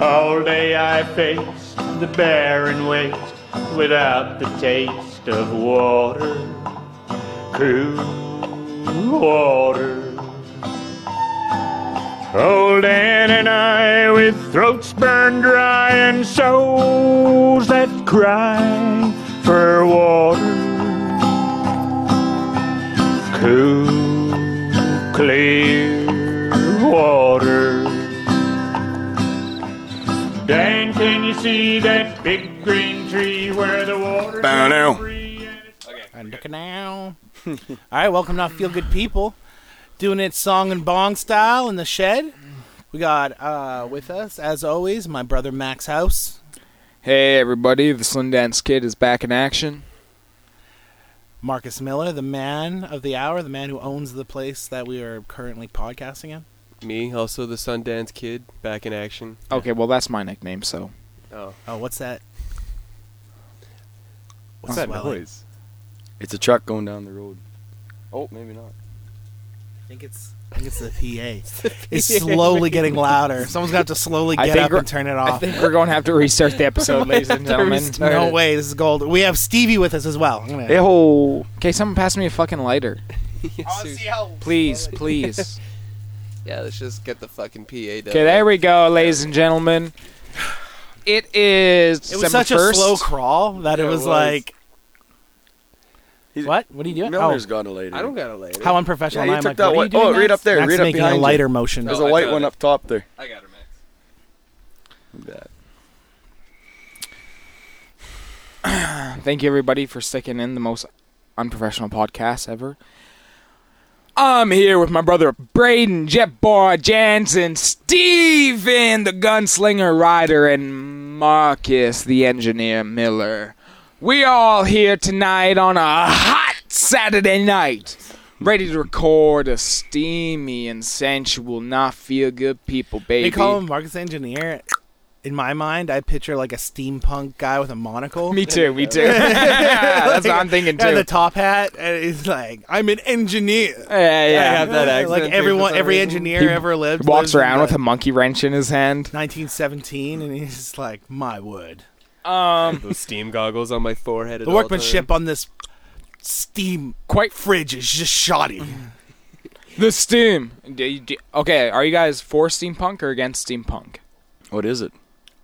All day I faced the barren waste without the taste of water, true water. Old Ann and I with throats burned dry and souls that cry for water, cool, clear water. Dan, can you see that big green tree where the water Bow now. And look now. All right, welcome to Feel Good People, doing it song and bong style in the shed. We got uh, with us, as always, my brother Max House, Hey everybody, the Sundance Kid is back in action. Marcus Miller, the man of the hour, the man who owns the place that we are currently podcasting in. Me, also the Sundance Kid, back in action. Okay, well that's my nickname, so Oh, Oh, what's that? what's Huh. that noise? It's a truck going down the road. Oh, maybe not. I think it's. I think it's the PA. It's slowly getting louder. Someone's gonna have to slowly I get think up we're- and turn it I off. think we're going to have to restart the episode, ladies and gentlemen. No way, this is gold. We have Stevie with us as well. I'm gonna- Ew. Okay, someone pass me a fucking lighter, Yes, sir. please, please. yeah, let's just get the fucking PA done. Okay, there we go, ladies and gentlemen. It is It was December such 1st. a slow crawl that it Yeah, it was, was. like. He's- what? What are you doing? Miller's oh, got a lighter. I don't got a lighter. how unprofessional Yeah, you I am! took Like, that what are you one- doing? oh, Max? read up there, Max read up making a behind you. lighter motion. There's No, Oh, a I white got one it. up top there. I got her, Max. Thank you everybody for sticking in the most unprofessional podcast ever. I'm here with my brother Braden, Jetbar, Jansen, Steven, the gunslinger rider, and Marcus, the engineer Miller. We all here tonight on a hot Saturday night, ready to record a steamy and sensual, not feel good people, baby. They call him Marcus Engineer. In my mind, I picture like a steampunk guy with a monocle. me too, me too. That's what I'm thinking And the too. top hat, and he's like, "I'm an engineer." Yeah, yeah. have that accent. Like too, for everyone, some every reason. engineer ever lived walks lives in around the with a monkey wrench in his hand. 1917, and he's just like, "My word, Um, Those steam goggles on my forehead. at the all workmanship time. on this steam quite fridge is just shoddy." the steam. D- d- Okay, are you guys for steampunk or against steampunk? What is it?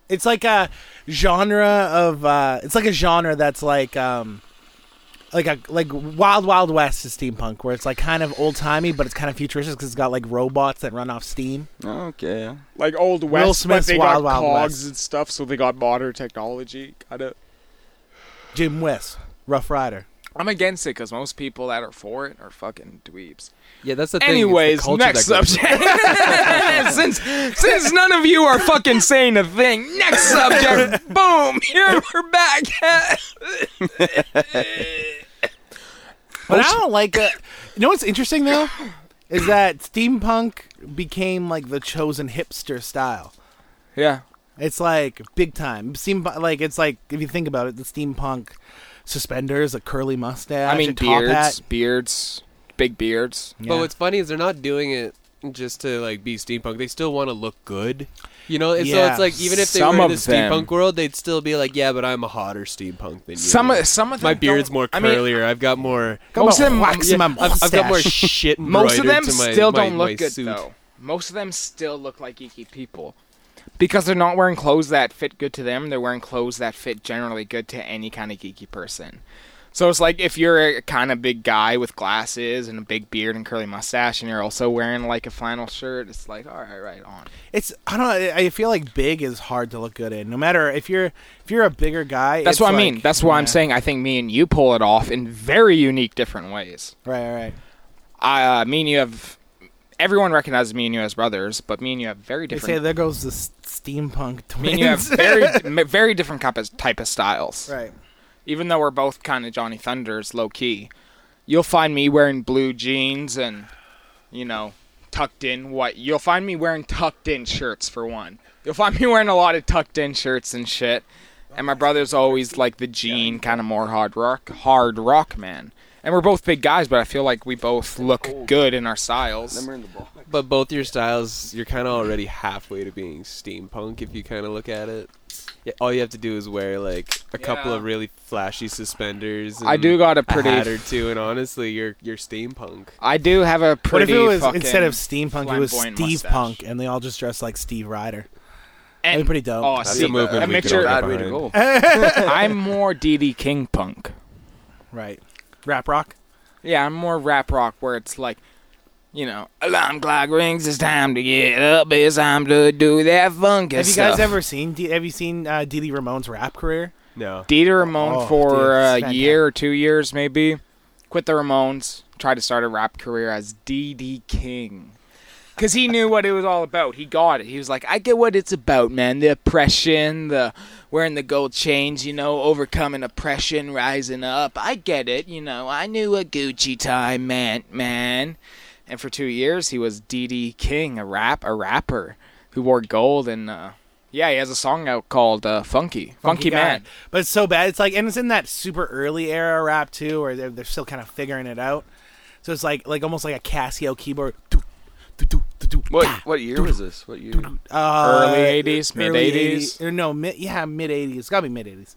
It's like a genre of uh it's like a genre that's like um like a like Wild Wild West is steampunk where it's like kind of old timey but it's kind of futuristic because it's got like robots that run off steam. Okay. yeah. like old west, Smith's but they Wild got Wild cogs West. and stuff, so they got modern technology. Kind of. Jim West, Rough Rider. I'm against it because most people that are for it are fucking dweebs. Yeah, that's the thing. it's the Anyways, culture next that goes- subject. since since none of you are fucking saying a thing, next subject. Boom! Here we're back. But I don't like that. You know what's interesting though is that steampunk became like the chosen hipster style. yeah. It's like big time. Steam like it's like if you think about it, the steampunk suspenders, a curly mustache, I a mean top hat. beards, beards, big beards. Yeah. But what's funny is they're not doing it just to like be steampunk. They still want to look good. You know, and so Yeah. it's like even if they Some were in the of them. steampunk world, they'd still be like, "Yeah, but I'm a hotter steampunk than you." Some of- some of my them beard's don't- more I curlier. mean, I've got more. Come Most on, of them- wax yeah, my I've, I've got more mustache. shit. Most of them embroidered to my- still my- don't my look good suit. though. Most of them still look like geeky people. Because they're not wearing clothes that fit good to them, they're wearing clothes that fit generally good to any kind of geeky person. So it's like if you're a kind of big guy with glasses and a big beard and curly mustache, and you're also wearing like a flannel shirt, it's like all right, right on. It's I don't know. I I feel like big is hard to look good in. No matter if you're if you're a bigger guy. That's it's what I like- mean. That's why I'm yeah. saying I think me and you pull it off in very unique, different ways. Right, right. I, uh, me and you have everyone recognizes me and you as brothers, but me and you have very They different. say there goes the s- steampunk I mean, you have twins. very m- very different type of, type of styles. right. Even though we're both kind of Johnny Thunders, low key, you'll find me wearing blue jeans and you know tucked in what you'll find me wearing tucked in shirts for one. You'll find me wearing a lot of tucked in shirts and shit. And my brother's always like the jean kind of more hard rock, hard rock man. And we're both big guys, but I feel like we both look good in our styles. Remember in the box. But both your styles, you're kind of already halfway to being steampunk if you kind of look at it. Yeah, all you have to do is wear like a couple Yeah. of really flashy suspenders. And I do got a pretty. a hat or two, and honestly, you're you're steampunk. I do have a What if pretty. it was fucking- instead of steampunk, it was flamboyant Steve mustache. Punk, and they all just dressed like Steve Ryder? and, That'd be pretty dope. Oh, That's see, a movement I we make could sure- all Bad get way to go. behind. I'm more DD King punk. Right. Rap rock. Yeah, I'm more rap rock where it's like, you know, alarm clock rings. It's time to get up. It's time to do that funky Have you guys stuff." ever seen? D- have you seen uh, Didi Ramone's rap career? No, Dieter Ramone Oh, for dude, a it's year or two years, maybe. Quit the Ramones, tried to start a rap career as DD King. Because he knew what it was all about. He got it. He was like, I get what it's about, man. The oppression, the wearing the gold chains, you know, overcoming oppression, rising up. I get it, you know. I knew what Gucci time meant, man. And for two years, he was DD King, a rap, a rapper who wore gold and, uh, yeah, he has a song out called uh, Funky. Funky, guy. Man. But it's so bad. It's like, and it's in that super early era rap too, where they're, they're still kind of figuring it out. So it's like, like almost like a Casio keyboard. Doo, doo, doo, doo, doo, What da. what year was this? What year? Uh, Early 80s, mid early 80s. 80 Or no, mid, yeah, mid eighties. It's gotta be mid eighties.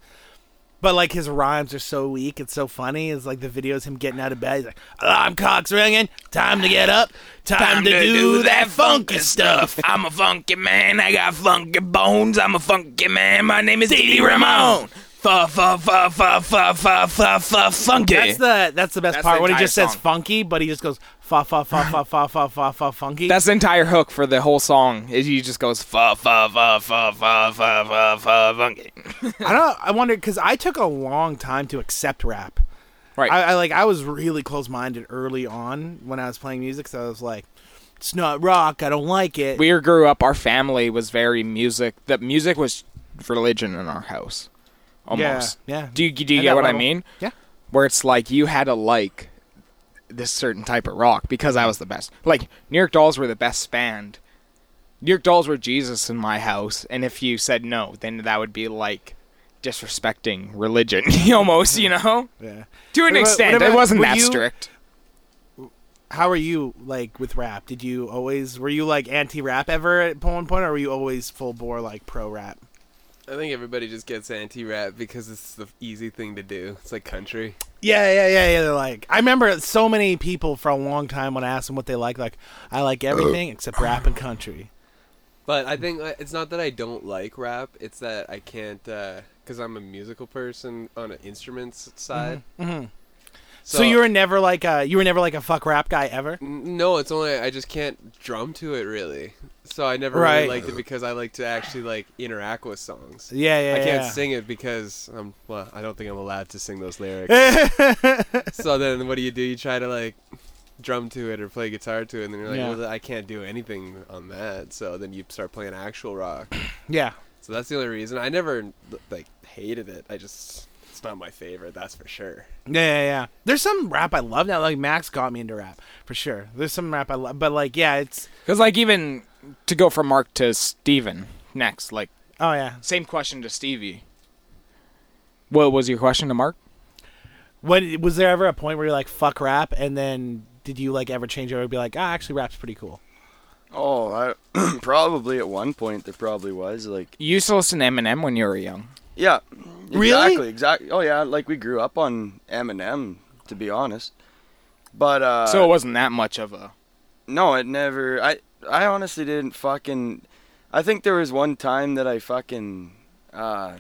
But like his rhymes are so weak, it's so funny. It's like the videos him getting out of bed. He's like, "Alarm clock's ringing, time to get up, time, to, do, that funky stuff." I'm a funky man. I got funky bones. I'm a funky man. My name is Didi Ramon. Fa fa fa fa fa fa fa fa funky. That's the that's the best That's part the when he entire just says song. funky, but he just goes fa fa fa fa fa fa fa fa funky. That's the entire hook for the whole song. Is he just goes fa fa fa fa fa fa fa fa funky. I don't. I wonder because I took a long time to accept rap. Right. I, I like I was really close minded early on when I was playing music, so I was like, "It's not rock. I don't like it." we grew up. Our family was very music. The music was religion in our house, almost. yeah. Do you do you At get that what I level. mean? Yeah. Where it's like you had to like this certain type of rock because I was the best. Like New York Dolls were the best band. New York Dolls were Jesus in my house, and if you said no, then that would be like disrespecting religion almost. You know, Yeah. to an What about- extent, what about- it wasn't were that you- strict. How are you like with rap? Did you always were you like anti rap ever at one point, or were you always full bore like pro rap? I think everybody just gets anti-rap because it's the easy thing to do. It's like country. Yeah, yeah, yeah, yeah. They're like, I remember so many people for a long time when I asked them what they like, like, I like everything except rap and country. But I think uh, it's not that I don't like rap. It's that I can't because I'm a musical person on an instruments side. Mhm. So, So, you were never like a you were never like a fuck rap guy ever. N- No, it's only I just can't drum to it really. So I never Right. really liked it because I like to actually like interact with songs. Yeah, I yeah. can't yeah. sing it because I'm well, I don't think I'm allowed to sing those lyrics. yeah, so then what do you do? You try to like drum to it or play guitar to it and then you're like, Yeah. well, I can't do anything on that. So then you start playing actual rock. So that's the only reason. I never like hated it. I just it's not my favorite, that's for sure. yeah, yeah, yeah. There's some rap I love now. Like Max got me into rap for sure. There's some rap I love, but like, yeah, it's Because like even to go from Mark to Steven next, like oh yeah. same question to Stevie. What was your question to Mark? When was there ever a point where you're like fuck rap, and then did you like ever change over and be like, ah, actually, rap's pretty cool? Oh, I, probably at one point there probably was like You used to listen to Eminem when you were young. yeah, Really? exactly, exactly. Oh yeah, like we grew up on Eminem to be honest, but uh, so it wasn't that much of a. No, it never. I I honestly didn't fucking. I think there was one time that I fucking. Uh,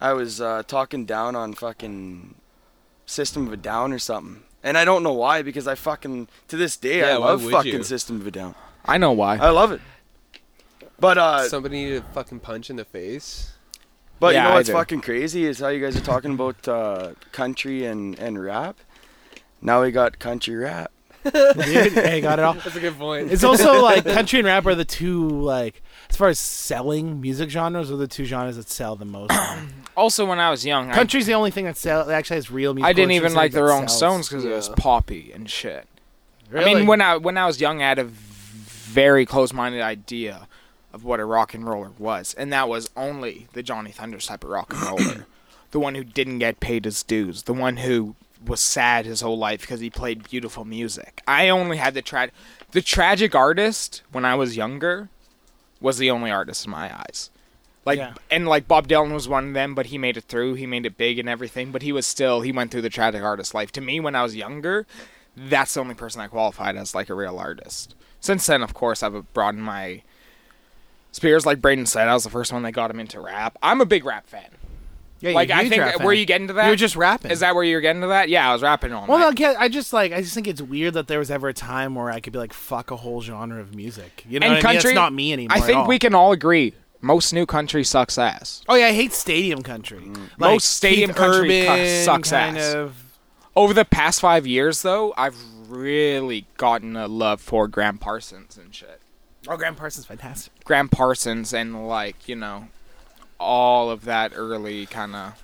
I was uh, talking down on fucking System of a Down or something, and I don't know why because I fucking to this day I Yeah, why love would fucking you? System of a Down. I know why. I love it. But uh, Somebody needed a fucking punch in the face. but Yeah, you know what's I do. fucking crazy is how you guys are talking about uh, country and and rap. Now we got country rap. Dude, hey, got it all. That's a good point. It's also like country and rap are the two like as far as selling music genres are the two genres that sell the most. also, when I was young, I, Country's the only thing that sell that actually has real music. I didn't even like the Rolling Stones because it Yeah. was poppy and shit. Really? I mean, when I when I was young, I had a very close-minded idea of what a rock and roller was, and that was only the Johnny Thunders type of rock and roller, the one who didn't get paid his dues, the one who was sad his whole life because he played beautiful music. I only had the tra- the tragic artist when I was younger was the only artist in my eyes. Like Yeah. and like Bob Dylan was one of them, but he made it through. He made it big and everything, but he was still he went through the tragic artist life. To me, when I was younger, that's the only person I qualified as like a real artist. Since then, of course, I've broadened my Spears, like Braden said, I was the first one that got him into rap. I'm a big rap fan. Yeah, like I think where you getting to that? You're just rapping. Is that where you're getting to that? Yeah, I was rapping all Well, night. no, yeah, I just like I just think it's weird that there was ever a time where I could be like, fuck a whole genre of music. You know, and what I mean? country, That's not me anymore. I at think all. we can all agree most new country sucks ass. Oh yeah, I hate stadium country. Most stadium Keith country cu- Urban, sucks kind ass. of- Over the past five years, though, I've really gotten a love for Graham Parsons and shit. Oh, Graham Parsons, fantastic. Graham Parsons and like you know, all of that early kind of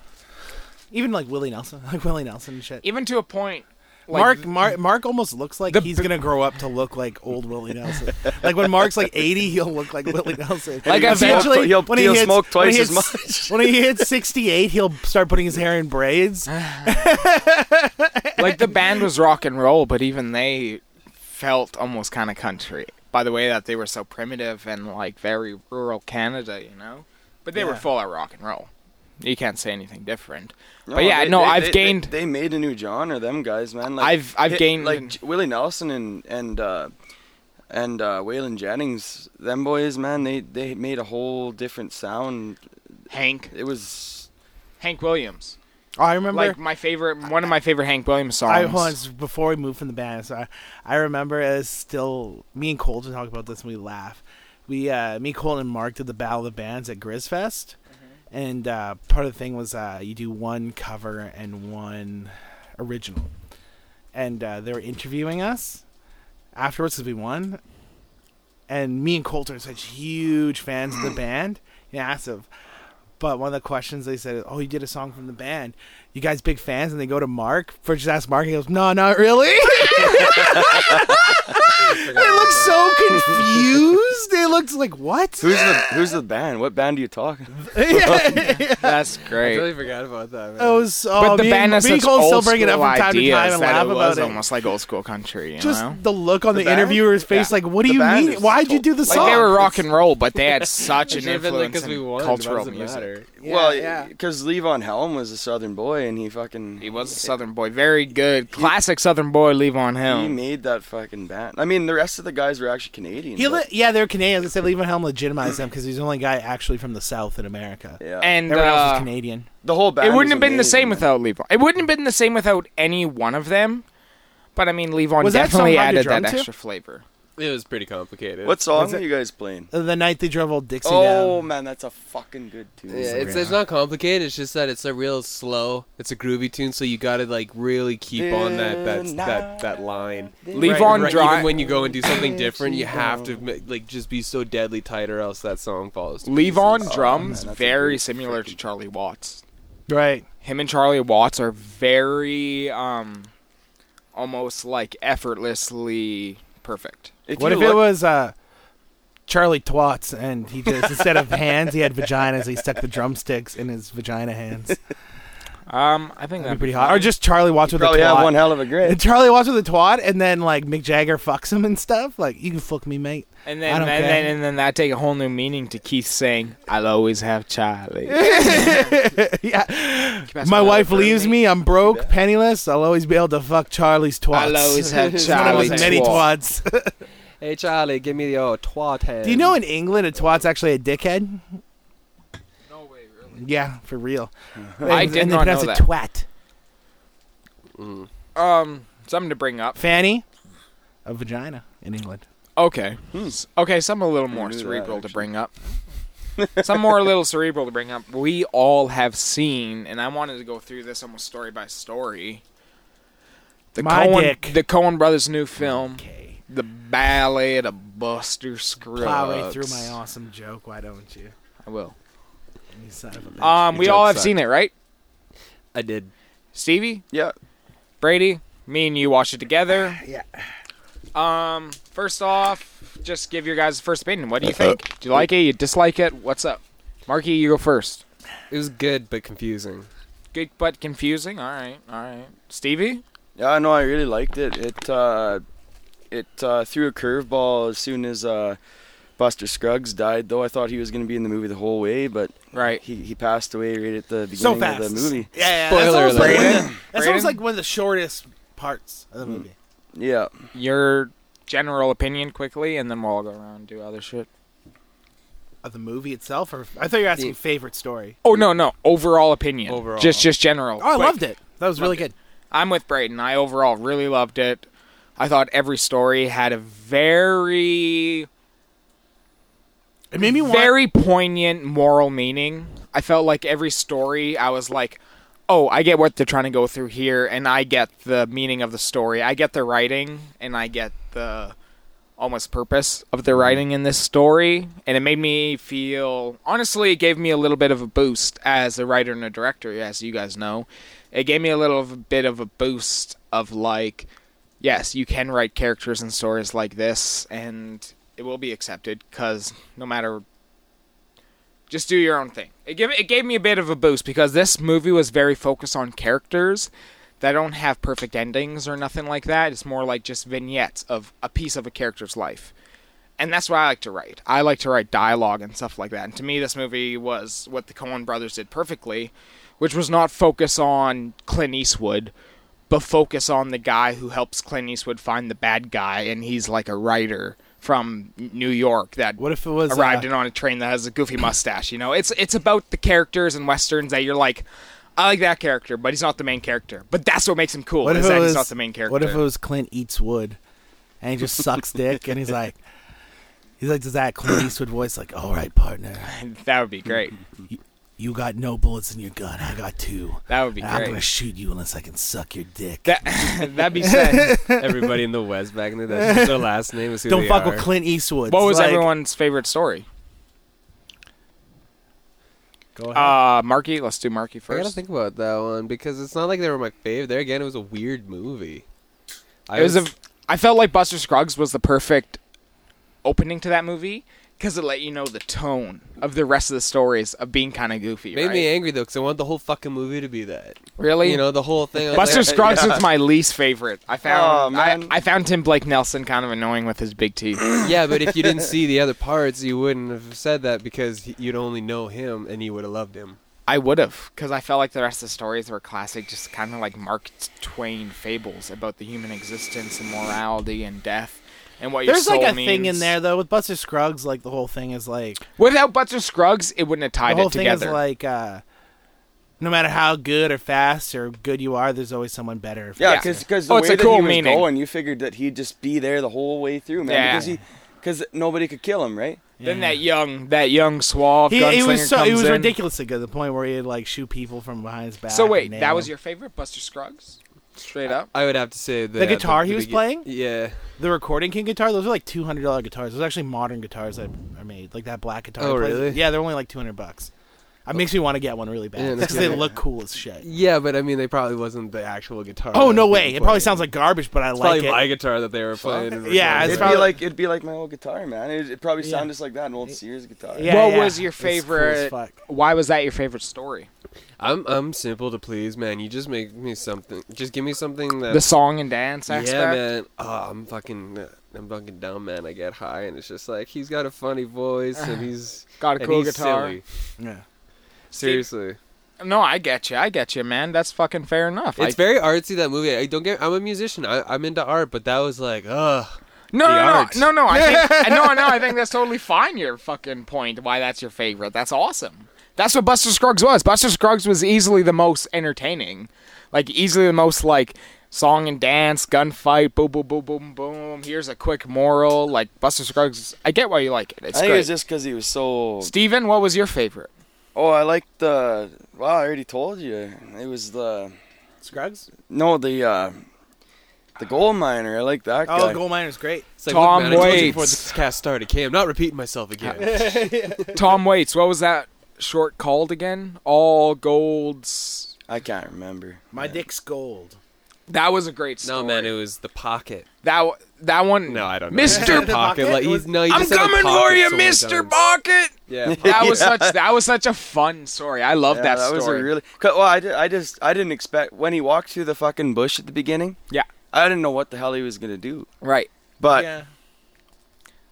Even like Willie Nelson, like Willie Nelson and shit. even to a point. Like, Mark, Mark, Mark almost looks like The he's b- gonna grow up to look like old Willie Nelson. like when Mark's like eighty, he'll look like Willie Nelson. Like, I've- eventually, he'll- when he he'll hits- smoke when he twice as hits- When he hits sixty-eight, he'll start putting his hair in braids. like the band was rock and roll, but even they felt almost kind of country by the way that they were so primitive and like very rural Canada, you know. But they were Yeah. full of rock and roll. You can't say anything different. No, but yeah, they- no, they- I've they- gained. They, they made a new genre. Them guys, man. Like, I've- I've hit- gained- like J- Willie Nelson and and uh, and uh, Waylon Jennings. Them boys, man. They they made a whole different sound. Hank, It was Hank Williams, Oh, I remember. like my favorite, one of my favorite Hank Williams songs. I was before we moved from the band. So I, I remember as still me and Cole just talk about this and we laugh. We uh, me, Cole, and Mark did the Battle of the Bands at Grizzfest, and uh, part of the thing was uh, you do one cover and one original, and uh, they were interviewing us afterwards because we won, and me and Colter are such huge fans of the band, massive. But one of the questions they said, "Oh, you did a song from the band. You guys big fans?" And they go to Mark. First, just ask Mark. He goes, "No, not really." they look so confused. They looked like what? who's the who's the band? What band are you talking? Yeah. That's I great. totally forgot about that. Man. It was. Oh, but the me and- band has me and such Cole old still bring it up school from time to ideas time and that laugh it was about it. almost like old school country. You Just know? the look on the, The band? interviewer's face, Yeah. like, "What do The you band mean? is Why'd you do the song?" like they were rock and roll, but they had such It an should've been, like, influence 'cause we in won, but it cultural doesn't music. matter. well, because Levon Helm was a Southern boy, and he fucking He was a Southern boy, very good, classic Southern boy. Levon He Helm. made that fucking band. I mean, the rest of the guys were actually Canadian. He but- li- yeah, they're Canadian. I said, Leave Helm legitimized them because he's the only guy actually from the South in America. yeah. And Everyone else uh, is Canadian. the whole band. it wouldn't was have been the amazing, same man. without Levon. It wouldn't have been the same without any one of them. But I mean, Levon Was that definitely song hard to added that drum to? extra flavor. It was pretty complicated. What song Was are it- you guys playing? The night they drove old Dixie Oh down. man, that's a fucking good tune. Yeah, it's, it's not complicated. It's just that it's a real slow. It's a groovy tune, so you gotta like really keep on that that that that line. Levon right, Dry- even when you go and do something different, you have to ma- like just be so deadly tight, or else that song falls. to Levon pieces. drums Oh, man, that's a very good similar to freaking- Charlie Watts. Right. him and Charlie Watts are very um almost like effortlessly perfect. If what you if look- it was uh, Charlie Twats and he just, instead of hands, he had vaginas. He stuck the drumsticks in his vagina hands. That'd Um I think be that'd pretty hot. Or just Charlie Watts with a probably have twat. one hell of a And grade. Charlie Watts with a twat, and then like Mick Jagger fucks him and stuff. Like you can fuck me, mate. and I then don't and care. then and then that take a whole new meaning to Keith saying, I'll always have Charlie. yeah. pass My me that wife bird, leaves mate? me. I'm broke, penniless. I'll always be able to fuck Charlie's twats. I'll always have It's One of Charlie. his many twat. twats. Hey Charlie, give me the old twat head. Do you know in England a twat's actually a dickhead? No way, really. Yeah, for real. I did and they not pronounce know it that. twat. Mm. Um something to bring up. Fanny, a vagina in England. Okay. Hmm. S- Okay, some a little I more knew that, cerebral to actually. bring up. some more a little cerebral to bring up. We all have seen, and I wanted to go through this almost story by story. The My Cohen, dick. the Cohen brothers' new film, Okay. The Ballad of Buster Scruggs. Plow right through my awesome joke. Why don't you? I will. You son of a bitch. Um, Your we joke all have sucked. seen it, right? I did. Stevie, Yeah, Brady, me and you watched it together. Yeah. Um, first off, just give your guys first opinion. What do you think? Do you like it? You dislike it? What's up? Marky, you go first. It was good but confusing. good but confusing. All right, all right. Stevie, Yeah, no, I really liked it. It uh, it uh, threw a curveball as soon as uh, Buster Scruggs died. Though I thought he was going to be in the movie the whole way, but right? he he passed away right at the beginning so of fast. the movie. Yeah, yeah Spoiler that's almost like alert. one of the- that's almost Brayden? like one of the shortest parts of the movie. Yeah, Your general opinion quickly, and then we'll all go around and do other shit. Of the movie itself, or I thought you were asking favorite story. Oh no, no. Overall opinion. Overall. Just, just general. Oh, I Quick. loved it. That was really good. I'm with Brayden. I overall really loved it. I thought every story had a very It made me want. very poignant moral meaning. I felt like every story, I was like, oh, I get what they're trying to go through here, and I get the meaning of the story. I get the writing, and I get the almost purpose of the writing in this story. And it made me feel, honestly, it gave me a little bit of a boost as a writer and a director, as you guys know. It gave me a little of- bit of a boost of like, yes, you can write characters and stories like this, and it will be accepted because no matter, just do your own thing. It gave it gave me a bit of a boost because this movie was very focused on characters that don't have perfect endings or nothing like that. It's more like just vignettes of a piece of a character's life. And that's what I like to write. I like to write dialogue and stuff like that. And to me, this movie was what the Coen brothers did perfectly, which was not focus on Clint Eastwood, but focus on the guy who helps Clint Eastwood find the bad guy, and he's like a writer from New York that What if it was arrived uh, in on a train that has a goofy mustache. You know, it's it's about the characters and westerns that you're like, I like that character, but he's not the main character. But that's what makes him cool. What is if it that was he's not the main character? What if it was Clint eats wood, and he just sucks dick, and he's like, he's like, does that Clint Eastwood voice like, all right, partner, that would be great. you got no bullets in your gun, I got two. That would be And I'm gonna great. shoot you unless I can suck your dick. That that'd be sad. Everybody in the West back in the day, that's just their last name is who Don't they fuck are. with Clint Eastwood. what It's was like- everyone's favorite story? Go ahead. Uh, Marky, let's do Marky I gotta first. think about that one because it's not like they were my favorite. There again, it was a weird movie. I It was a. I felt like Buster Scruggs was the perfect opening to that movie because it let you know the tone of the rest of the stories of being kind of goofy. made right? me angry though because I wanted the whole fucking movie to be that. really, You know, the whole thing. I was Buster like, Scruggs was my least favorite. I found Oh, Aw, man. I, I found Tim Blake Nelson kind of annoying with his big teeth. yeah, but if you didn't see the other parts, you wouldn't have said that because he- you'd only know him and you would have loved him. I would have, because I felt like the rest of the stories were classic, just kind of like Mark Twain fables about the human existence and morality and death and what your There's soul like a means. thing in there though with Buster Scruggs. Like the whole thing is like Without Buster Scruggs, it wouldn't have the tied whole it thing is together. like uh, no matter how good or fast or good you are, there's always someone better. or yeah, Yeah. because the Oh, it's way a that cool he was meaning. going, you figured that he'd just be there the whole way through, man. Yeah. Because he, because nobody could kill him, right? Then that young, that young suave He, gunslinger it was so comes it was in. ridiculously good. The point where he'd like shoot people from behind his back. So and wait, nail that was them. your favorite Buster Scruggs? Straight up. I would have to say that guitar he was begin- playing? Yeah. the Recording King guitar. Those are like two hundred dollar guitars. Those are actually modern guitars that are made. Like that black guitar. Oh, he plays- really? Yeah, they're only like two hundred bucks. It makes me want to get one really Yeah, bad that's because they good. look cool as shit. Yeah, but I mean, they probably wasn't the actual guitar. Oh that no they way! were It probably playing. sounds like garbage, but I It's like probably it. my guitar that they were playing. and Yeah, recording. It's it'd probably- be like it'd be like my old guitar, man. It'd, it'd probably sound just like that, an old Sears guitar. Yeah, what yeah. was your It's cool as favorite? fuck. why was that your favorite story? I'm I'm simple to please, man. You just make me something. Just give me something that. The song and dance yeah, aspect. man. Oh, I'm fucking. I'm fucking dumb, man. I get high, and it's just like he's got a funny voice, and he's Got a and cool he's guitar. silly. Yeah. Seriously, No, I get you. I get you, man. That's fucking fair enough. it's I- very artsy that movie. I don't get. I'm a musician. I, I'm into art, but that was like, ugh. no, the no, no, art. no, no. I think, no, no. I think that's totally fine. Your fucking point. Why that's your favorite? That's awesome. That's what Buster Scruggs was. Buster Scruggs was easily the most entertaining, like easily the most like song and dance, gunfight, boom, boom, boom, boom, boom. Here's a quick moral. Like Buster Scruggs. I get why you like it. I It's think it great. was just because he was so. Steven, what was your favorite? Oh, I like the. Well, I already told you. It was the. Scruggs? No, the. uh The gold miner. I like that Oh, guy. Gold Miner's great. It's like, Tom look, man, I told you before Waits. this cast started. Okay, I'm not repeating myself again. Tom Waits. What was that short called again? All golds. I can't remember. My dick's gold. That was a great story. No, man, it was the pocket. that w- that one. No, I don't know. Mr. Pocket. like, he's, no, he I'm just said, like, coming pocket for you, so many Mr. times. Pocket. Yeah, pocket. That was such that was such a fun story. I love Yeah, that, that story. was a really. 'cause- Well, I, di- I just I didn't expect when he walked through the fucking bush at the beginning. Yeah. I didn't know what the hell he was gonna do, right. but yeah.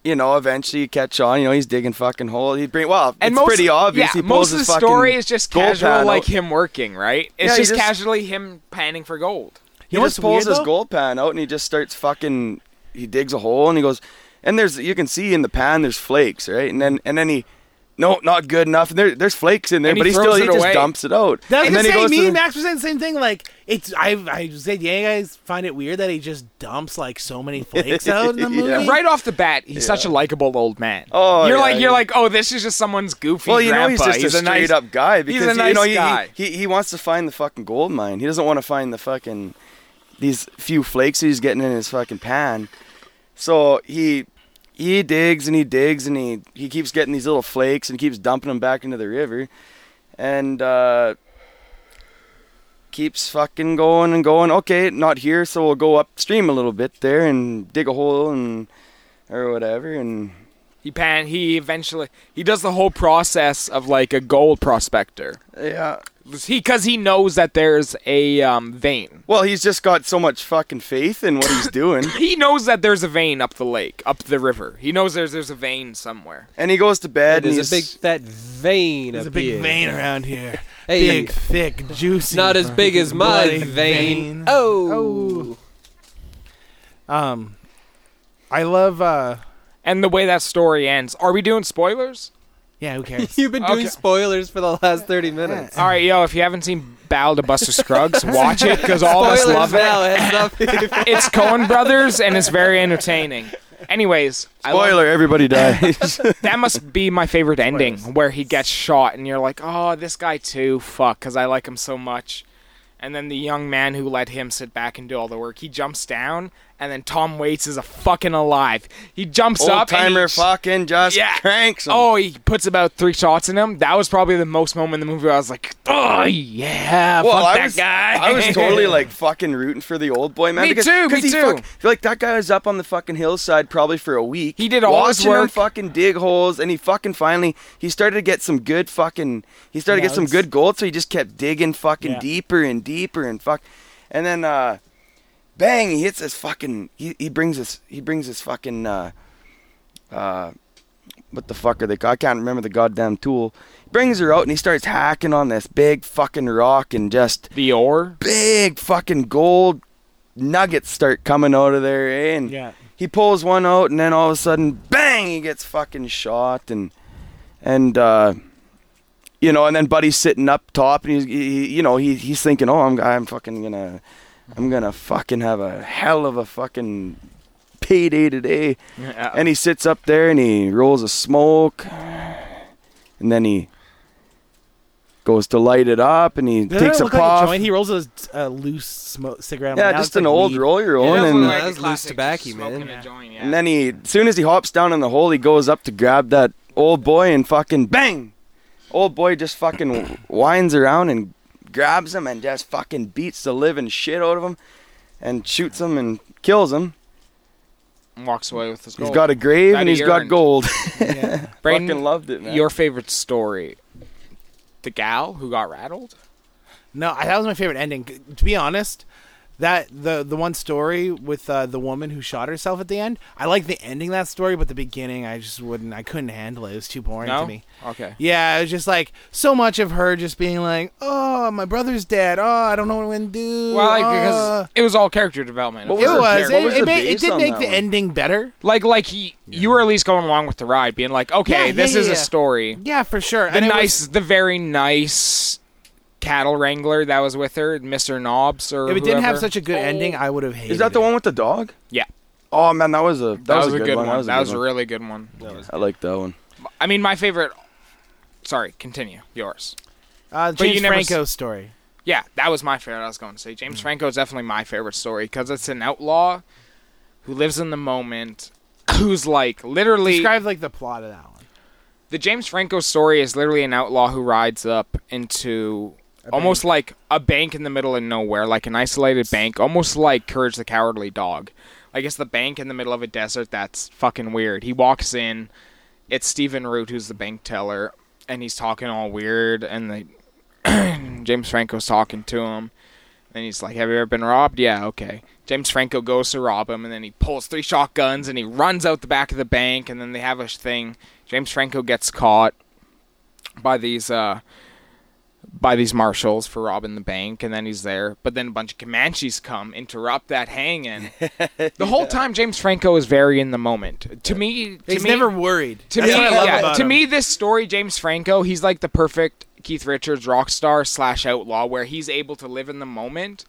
you know, eventually you catch on. You know, he's digging fucking hole. He bring well, And it's most, pretty obvious. Yeah, he pulls most of his the fucking story is just gold casual, pan like out. him working, right? Yeah, It's he just, just- casually him panning for gold. He You know just what's weird, pulls his though? gold pan out and he just starts fucking. He digs a hole and he goes, and there's you can see in the pan there's flakes, right? And then and then he, no, not good enough. And there there's flakes in there, And he but he throws still he it just away. dumps it out. That's the and then he same. goes to Me the- and Max were saying the same thing. Like it's I I said, yeah, you guys find it weird that he just dumps like so many flakes out in the movie. Yeah. Right off the bat, he's such a likable old man. Oh, you're yeah, like you're yeah. like, oh, this is just someone's goofy. Well, you know he's grandpa. just a, a nice straight up guy because a you know nice he- guy. He, he he wants to find the fucking gold mine. He doesn't want to find the fucking these few flakes he's getting in his fucking pan. So he he digs and he digs and he he keeps getting these little flakes and keeps dumping them back into the river, and uh, keeps fucking going and going. Okay, not here, so we'll go upstream a little bit there and dig a hole and or whatever and. He pan. He eventually he does the whole process of like a gold prospector. Yeah. He because he knows that there's a um, vein. Well, he's just got so much fucking faith in what he's doing. He knows that there's a vein up the lake, up the river. He knows there's there's a vein somewhere. And he goes to bed and There's a he's big that vein. There's a up big here. vein around here. Hey. Big, thick, juicy. Not as big as my bloody vein. vein. Oh. Um, I love. uh And the way that story ends. Are we doing spoilers? Yeah, who cares? You've been doing Okay. spoilers for the last 30 minutes. All right, yo, if you haven't seen Bow to Buster Scruggs, watch it because all of us Spoilers love now. it. It has nothing- It's Cohen Brothers and it's very entertaining. Anyways, I love- spoiler, everybody dies. that must be my favorite ending where he gets shot and you're like, oh, this guy too, fuck, because I like him so much. And then the young man who let him sit back and do all the work, he jumps down, and then Tom Waits is a fucking alive. He jumps Old up. and timer he- fucking just Yeah. cranks him. Oh, he puts about three shots in him. That was probably the most moment in the movie where I was like, oh, yeah, well, fuck I that was, guy. I was totally like fucking rooting for the old boy man. Me because, too, 'cause me he too. fuck- like that guy was up on the fucking hillside probably for a week. He did all his watching him work. fucking dig holes, and he fucking finally he started to get some good fucking he started to Yeah, get some it's- good gold. So he just kept digging fucking Yeah. deeper and deeper and fuck, and then uh, bang, he hits his fucking he he brings his he brings his fucking uh, uh, what the fuck are they called? I can't remember the goddamn tool. Brings her out and he starts hacking on this big fucking rock and just the ore. big fucking gold nuggets start coming out of there, eh? And Yeah. he pulls one out and then all of a sudden, bang, he gets fucking shot and and uh you know, and then Buddy's sitting up top and he's he, you know, he he's thinking, "Oh, I'm I'm fucking going to I'm going to fucking have a hell of a fucking payday today." And he sits up there and he rolls a smoke, and then he goes to light it up and he Doesn't takes it a look like a puff. joint? He rolls a, a loose smoke cigarette. yeah, Now just it's an like old weed. roll your own, that's and, one of that was loose tobacco, man. and then he, as soon as he hops down in the hole, he goes up to grab that old boy and fucking bang, old boy just fucking winds around and grabs him and just fucking beats the living shit out of him, and shoots him and kills him. walks away with his gold. He's got a grave That and he he's got earned. gold. Brayden, fucking loved it, man. Your favorite story? The gal who got rattled? No, I- that was my favorite ending. C- To be honest, that the the one story with uh, the woman who shot herself at the end. I like the ending of that story, but the beginning I just wouldn't. I couldn't handle it. It was too boring No. to me. Okay. Yeah, it was just like so much of her just being like, "Oh, my brother's dead. Oh, I don't know what I'm gonna do." Well, like oh." because it was all character development. uh, What It was it was- was. What It, was it the made- it base did on make that the one? ending better. like like he, you were at least going along with the ride, being like, okay, Yeah, yeah, this yeah, is yeah. a story. Yeah, for sure. The nice, the very nice cattle wrangler that was with her, Mister Knobs, or if it didn't have whoever. such a good ending, I would have hated. Is that the it. one with the dog? Yeah. Oh man, that was a that, That, was, a good, one. That was, That was a a good one. really good one. I like that one. I mean, my favorite. Sorry, continue yours. uh, but you James never s- Franco story? Yeah, that was my favorite. I was going to say Mm. James Franco is definitely my favorite story because it's an outlaw who lives in the moment, who's like literally Describe like the plot of that one. the James Franco story is literally an outlaw who rides up into almost like a bank in the middle of nowhere, like an isolated bank, almost like Courage the Cowardly Dog. Like it's the bank in the middle of a desert that's fucking weird. He walks in, it's Stephen Root who's the bank teller, and he's talking all weird, and the James Franco's talking to him, and he's like, "Have you ever been robbed?" Yeah, okay. James Franco goes to rob him, and then he pulls three shotguns and he runs out the back of the bank, and then they have a thing. James Franco gets caught by these uh, by these marshals for robbing the bank, and then he's there. But then a bunch of Comanches come, interrupt that hanging. the whole time, James Franco is very in the moment. To me, to He's me, never worried. to That's me, what I love yeah, about to him. me, this story, James Franco, he's like the perfect Keith Richards rock star slash outlaw, where he's able to live in the moment,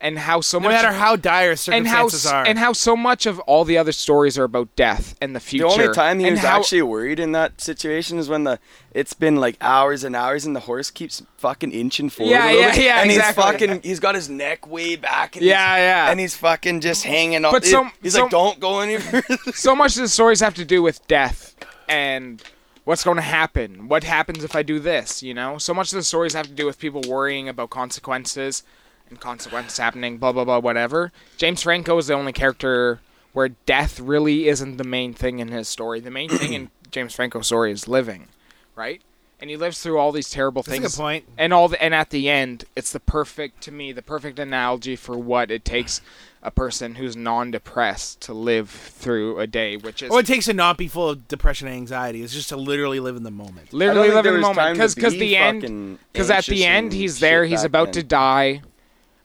and how so no much matter how dire and how circumstances are, and how so much of all the other stories are about death and the The future. only time he and was how- actually worried in that situation is when the it's been like hours and hours and the horse keeps fucking inching forward. Yeah, a little yeah, bit, yeah, And exactly. he's fucking he's got his neck way back. And Yeah, he's, yeah. And he's fucking just hanging on. But It- some- he's some- like, don't go any further. so much of the stories have to do with death and what's going to happen. What happens if I do this? You know, so much of the stories have to do with people worrying about consequences and consequences happening. Blah blah blah. Whatever. James Franco is the only character where death really isn't the main thing in his story. The main thing in James Franco's story is living, right? And he lives through all these terrible That's a things. good point. And all the, and at the end, it's the perfect to me, the perfect analogy for what it takes a person who's non-depressed to live through a day, which is or it takes to not be full of depression and anxiety. It's just to literally live in the moment. literally I don't think living there the was moment. time to Because be the end, fucking because at the anxious end and he's shit there, he's back about then. to die.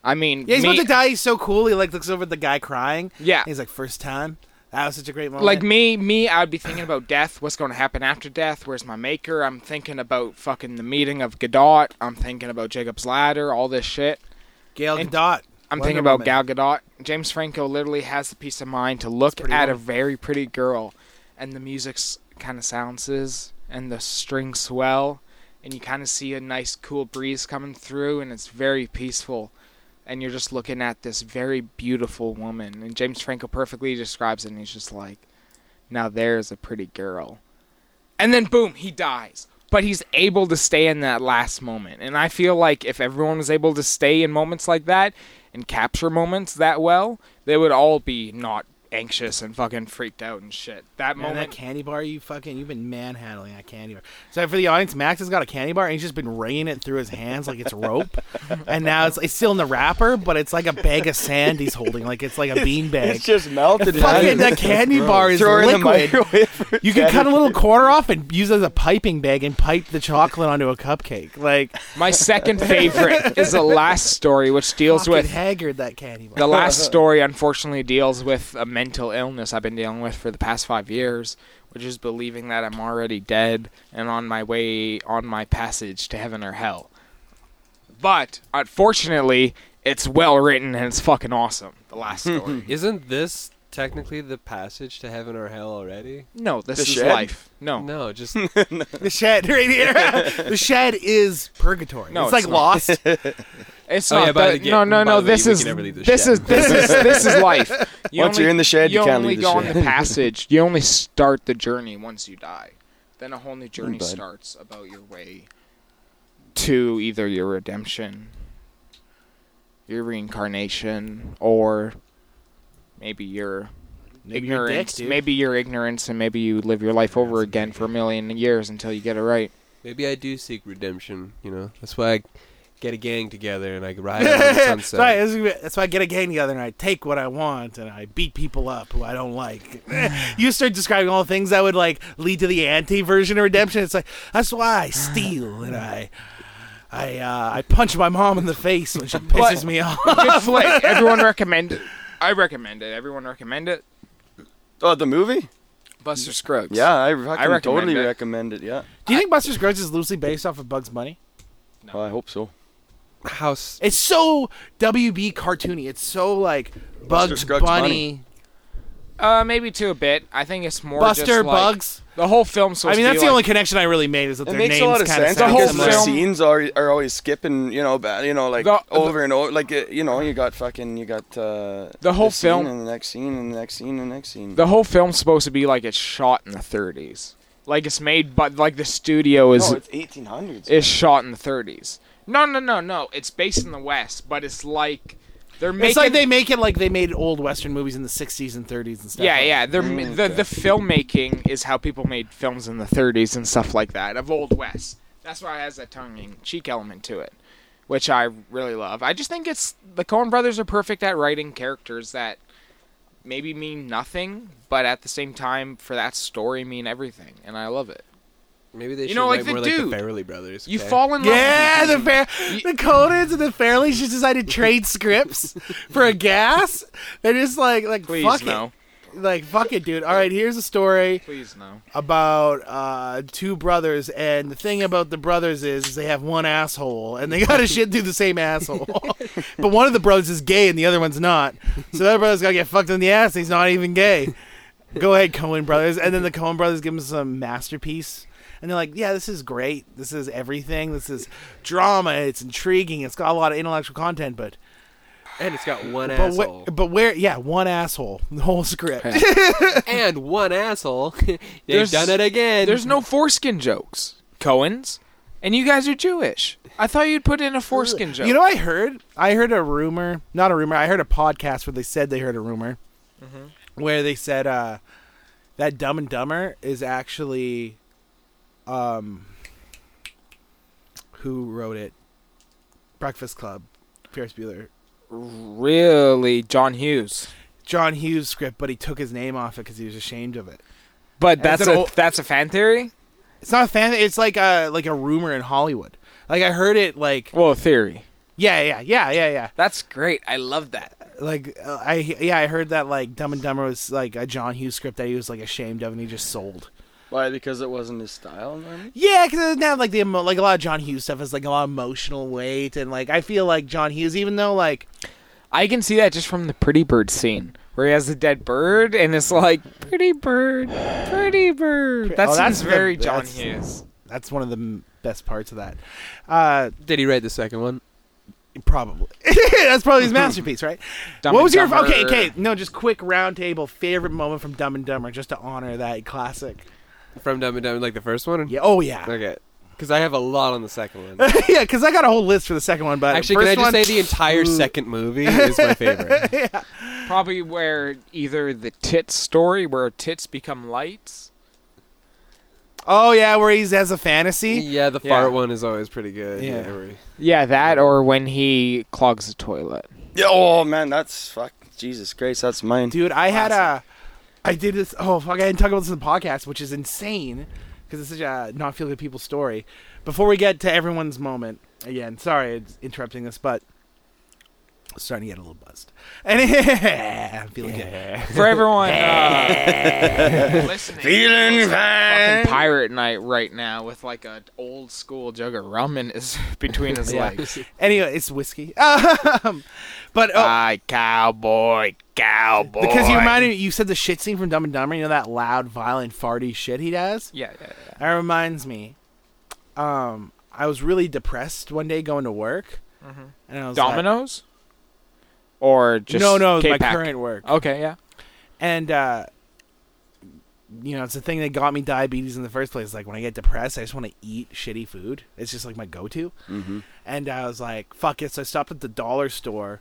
I mean, Yeah, he's me, about to die. He's so cool. He like looks over at the guy crying. Yeah. he's like, first time. That was such a great moment. Like me, me, I'd be thinking about death. What's going to happen after death? Where's my maker? I'm thinking about fucking the meeting of Godot. I'm thinking about Jacob's Ladder. All this shit. Gail and- Gadot. I'm Wonder thinking about Woman. Gal Gadot. James Franco literally has the peace of mind to look at pretty a woman. very pretty girl, and the music's kind of silences and the strings swell, and you kind of see a nice cool breeze coming through, and it's very peaceful, and you're just looking at this very beautiful woman, and James Franco perfectly describes it, and he's just like, "Now there's a pretty girl," and then boom, he dies. But he's able to stay in that last moment, and I feel like if everyone was able to stay in moments like that, and capture moments that well, they would all be not anxious and fucking freaked out and shit. That Man, that moment, candy bar you fucking you've been manhandling that candy bar. So for the audience, Max has got a candy bar and he's just been wringing it through his hands like it's rope. and now it's it's still in the wrapper, but it's like a bag of sand he's holding, like it's like a bean bag. it's just melted. Fucking man. that candy bar is Throw it in the liquid. microwave. You can cut a little corner off and use it as a piping bag and pipe the chocolate onto a cupcake. Like my second favorite is the last story, which deals fucking with haggard that candy bar. the last story. Unfortunately, deals with a mental illness I've been dealing with for the past five years, which is believing that I'm already dead and on my way on my passage to heaven or hell. But unfortunately, it's well written and it's fucking awesome. The last story. Isn't this technically the passage to heaven or hell already? no, this The is shed? life. No, No, just The shed right here. the shed is purgatory. No, it's like it's not. lost. It's Oh, not. yeah, by the- the gate- no, no, by no. the This gate, we is can never leave the this shed. is this is this is life. You Once you're in the shed, you can't only leave the go on shed. the passage. You only start the journey once you die. Then a whole new journey bud. starts about your way to either your redemption, your reincarnation, or maybe your Maybe you're a dick, ignorance. dude. maybe your ignorance, and maybe you live your life over again for a million years until you get it right. maybe I do seek redemption. You know, that's why I get a gang together and I ride out in the sunset. Right, this is gonna be- that's why I get a gang together and I take what I want and I beat people up who I don't like. you start describing all the things that would like lead to the anti version of redemption. It's like that's why I steal and I, I, uh, I punch my mom in the face when she pisses me off. Good flick. Everyone recommend it. I recommend it. Everyone recommend it. Oh, the movie? Buster Scruggs. Yeah, I fucking recommend totally it. recommend it. Yeah. Do you think Buster Scruggs is loosely based off of Bugs Bunny? Well, Oh, I hope so. House. It's so WB cartoony. It's so like Bugs Scruggs Bunny, Uh, maybe to a bit. I think it's more Buster just like- Bugs. The whole film. I mean, that's the only connection I really made is that It their makes names a lot of kinda sense sound The whole because similar. the film- scenes are are always skipping, you know, ba- you know, like The- over and over. Like uh, you know, you got fucking, you got uh, The whole this scene film- and the next scene and the next scene and the next scene. The whole film's supposed to be like it's shot in the 30s, Like it's made, but like the studio is No, Oh, it's 1800s. is shot in the 30s. No, no, no, no. It's based in the West, but it's like they're making. it's like they make it like they made old Western movies in the '60s and '30s and stuff. yeah, like yeah. They're the the filmmaking is how people made films in the 30s and stuff like that of Old West. That's why it has that tongue in cheek element to it, which I really love. I just think it's the Coen Brothers are perfect at writing characters that maybe mean nothing, but at the same time, for that story, mean everything, and I love it. Maybe they You should know, like write the more like dude. the Farrelly brothers. You okay? fall in love. Yeah, with the them. fair, the Conans and the Fairleys just decided to trade scripts for a gas. They're just like, like Please fuck no. it, like fuck it, dude. All right, here's a story Please no. about uh, two brothers, and the thing about the brothers is, is they have one asshole, and they gotta shit through the same asshole. but one of the brothers is gay, and the other one's not. So the other brother's gotta get fucked in the ass, and he's not even gay. Go ahead, Cohen brothers, and then the Cohen brothers give him some masterpiece. And they're like, yeah, this is great. This is everything. This is drama. It's intriguing. It's got a lot of intellectual content, but and it's got one but where, asshole but where? Yeah, one asshole. The whole script. and one asshole. They've There's- done it again. There's no foreskin jokes, Cohen's, and you guys are Jewish. I thought you'd put in a foreskin joke. You know, I heard, I heard a rumor, not a rumor. I heard a podcast where they said they heard a rumor, where they said uh, that Dumb and Dumber is actually, um, who wrote it? Breakfast Club, Ferris Bueller, really, John Hughes. John Hughes script, but he took his name off it because he was ashamed of it. But That's that's an a old- that's a fan theory. It's not a fan. It's like a like a rumor in Hollywood. Like I heard it. Like Well, theory. yeah, yeah, yeah, yeah, yeah. That's great. I love that. like uh, I yeah I heard that like Dumb and Dumber was like a John Hughes script that he was like ashamed of and he just sold. Why? Because it wasn't his style, man. Yeah, because it doesn't have like the emo- like a lot of John Hughes stuff has like a lot of emotional weight and like I feel like John Hughes even though like I can see that just from the Pretty Bird scene where he has the dead bird, and it's like Pretty Bird, Pretty Bird. That Oh, that's sounds the- very John that's- Hughes. that's one of the m- best parts of that. Uh, Did he write the second one? probably that's probably his masterpiece, right? Dumb what and was your Dumber. okay? Okay, no, just quick roundtable favorite moment from Dumb and Dumber just to honor that classic. From Dumb and Dumber, like the first one? Yeah. Oh yeah. Okay. Because I have a lot on the second one. yeah, because I got a whole list for the second one, but Actually, first can I just one, say the entire second movie is my favorite? Probably where either the tits story where tits become lights. Oh yeah, where he has a fantasy. yeah, the Yeah. fart one is always pretty good. Yeah. where- Yeah, that or when he clogs the toilet. Yeah. Oh man, that's fuck. Jesus Christ, that's mine. dude. I had a, I did this. Oh fuck, I didn't talk about this in the podcast, which is insane because it's such a not feel good people story. Before we get to everyone's moment again, sorry, it's interrupting this, but I'm starting to get a little buzzed, and I'm feeling good. for everyone uh, listening. Feeling it's fine. Fucking pirate night right now with like a old school jug of rum in his between his legs. Anyway, it's whiskey, um, but oh, Hi, cowboy, cowboy. because you reminded me, you said the shit scene from Dumb and Dumber. You know that loud, violent, farty shit he does. Yeah, yeah, yeah. That reminds me. Um, I was really depressed one day going to work, and I was like- Dominoes. Or just no, no, my K-Pac? current work. Okay, yeah. And uh, you know, it's the thing that got me diabetes in the first place. Like when I get depressed, I just want to eat shitty food. It's just like my go-to. Mhm. And I was like, "Fuck it!" So I stopped at the dollar store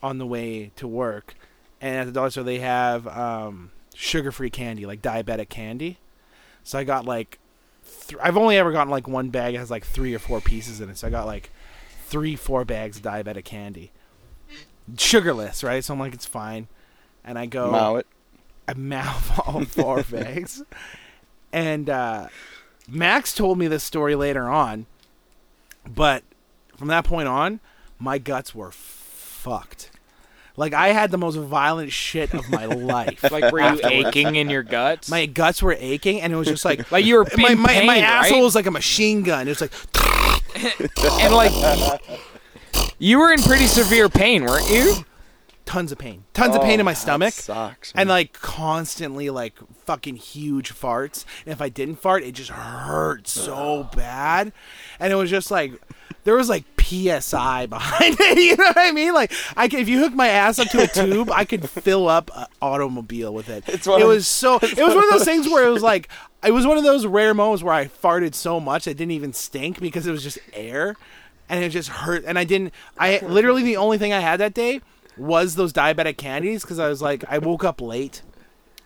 on the way to work, and at the dollar store they have um, sugar-free candy, like diabetic candy. So I got like, th- I've only ever gotten like one bag that has like three or four pieces in it. So I got like three, four bags of diabetic candy, sugarless, right? So I'm like, it's fine. And I go, Mow it. I mouth all four bags. And uh, Max told me this story later on, but from that point on, my guts were fucked. Like I had the most violent shit of my life. Like, were you aching in your guts? my guts were aching, and it was just like like you were my in my, pain, my right? asshole was like a machine gun. It was like and like you were in pretty severe pain, weren't you? tons of pain, tons of pain in my Oh, stomach. Socks. and like constantly like fucking huge farts. And if I didn't fart, it just hurt so bad. And it was just like there was like psi behind it. You know what I mean? Like, I could, if you hook my ass up to a tube, I could fill up an automobile with it. It's one it of- was so. It was one of those things where it was like it was one of those rare moments where I farted so much it didn't even stink because it was just air, and it just hurt. And I didn't. I literally the only thing I had that day was those diabetic candies because I was like I woke up late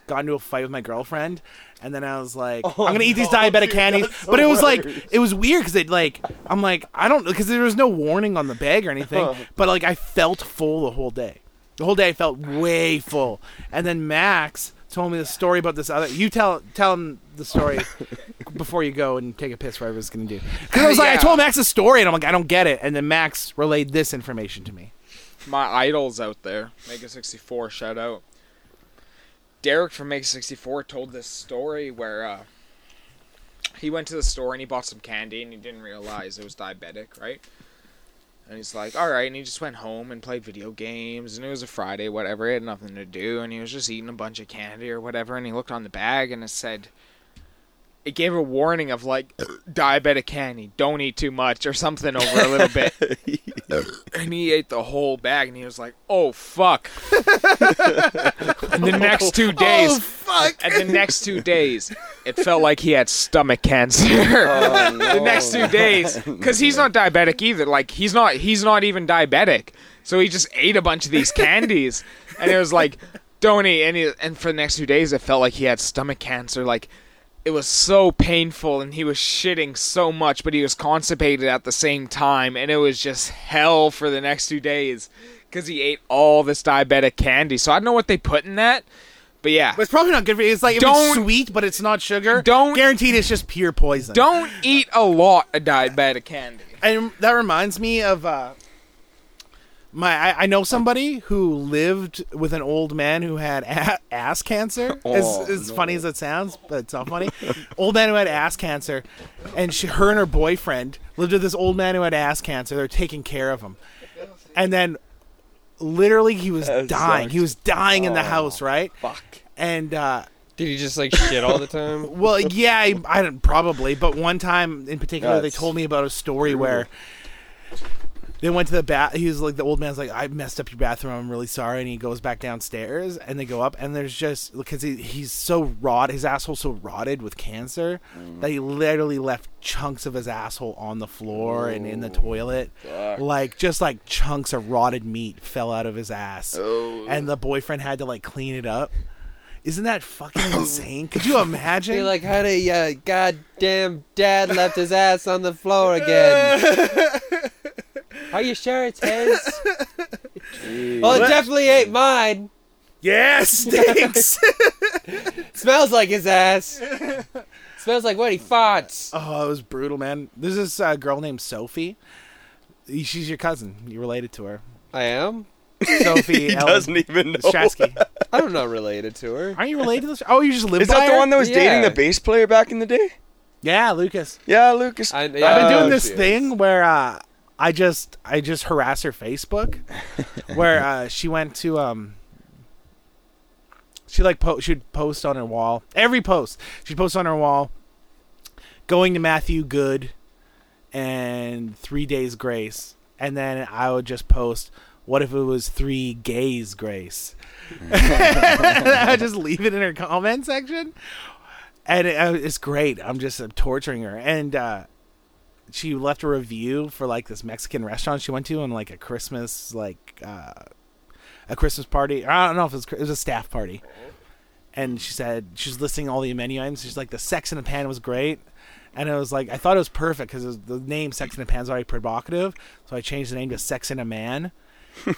got into a fight with my girlfriend, and then I was like, Oh, I'm gonna eat these diabetic candies. But it was like, it was weird because it like, I'm like, I don't, because there was no warning on the bag or anything. But like, I felt full the whole day. The whole day I felt way full. And then Max told me the story about this other. You tell tell him the story before you go and take a piss. Whatever it's gonna do. Because I was like, I Yeah. told Max the story, and I'm like, I don't get it. And then Max relayed this information to me. my idols out there. Mega sixty four, shout out. Derek from Mega sixty four told this story where uh, he went to the store and he bought some candy and he didn't realize it was diabetic, right? And he's like, all right, and he just went home and played video games, and it was a Friday, whatever. He had nothing to do, and he was just eating a bunch of candy or whatever. And he looked on the bag and it said, it gave a warning of like diabetic candy, don't eat too much or something over a little bit and he ate the whole bag and he was like, "Oh fuck." Oh, and the next 2 days And the next 2 days, it felt like he had stomach cancer. the next 2 days cuz he's not diabetic either. Like he's not he's not even diabetic. So he just ate a bunch of these candies and it was like don't eat and, he, and for the next 2 days it felt like he had stomach cancer like it was so painful and he was shitting so much but he was constipated at the same time and it was just hell for the next two days because he ate all this diabetic candy so i don't know what they put in that but yeah But it's probably not good for you. It's like if it's Don't- sweet, but it's not sugar. Don't- guaranteed. It's just pure poison. don't eat a lot of diabetic candy and that reminds me of uh, my I, I know somebody who lived with an old man who had a- ass cancer. as as funny as it sounds, but it's not funny. old man who had ass cancer, and she, her and her boyfriend lived with this old man who had ass cancer. They're taking care of him, and then literally he was dying. He was dying in the house, right? Fuck. And uh, Did he just like shit all the time? well, yeah, I, I don't probably, but one time in particular, they That's told me about a story where they went to the bath. He was like, the old man's like, I messed up your bathroom. I'm really sorry. And he goes back downstairs, and they go up, and there's just because he, he's so rot, his asshole's so rotted with cancer that he literally left chunks of his asshole on the floor and in the toilet, like just like chunks of rotted meat fell out of his ass, and the boyfriend had to like clean it up. Isn't that fucking insane? Could you imagine? Be like, honey, your goddamn dad left his ass on the floor again. Are you sure it's his? well, it definitely ain't mine. Yeah, stinks. Smells like his ass. Smells like what he farts. oh, it was brutal, man. There's this uh, girl named Sophie. She's your cousin. You related to her, I am. Sophie. He Ellen doesn't even know. Strasky. I'm not related to her. Aren't you related to this? Oh, you just live Is by that the her? one that was dating Yeah. the bass player back in the day? Yeah, Lucas. Yeah, Lucas. Uh, I, I've been yeah, doing Oh, this she- thing where uh, I just I just harass her Facebook, where uh, she went to um. She like po- she'd post on her wall every post she'd post on her wall. Going to Matthew Good, and Three Days Grace, and then I would just post. What if it was three gays grace? I would just leave it in her comment section, and it, uh, it's great. I'm just uh, torturing her, and uh, she left a review for like this Mexican restaurant she went to on like a Christmas like uh, a Christmas party. I don't know if it was, it was a staff party, and she said she was listing all the menu items. She's like the Sex in a Pan was great. And it was like I thought it was perfect because the name "Sex in a Pan" is already provocative, so I changed the name to "Sex in a Man."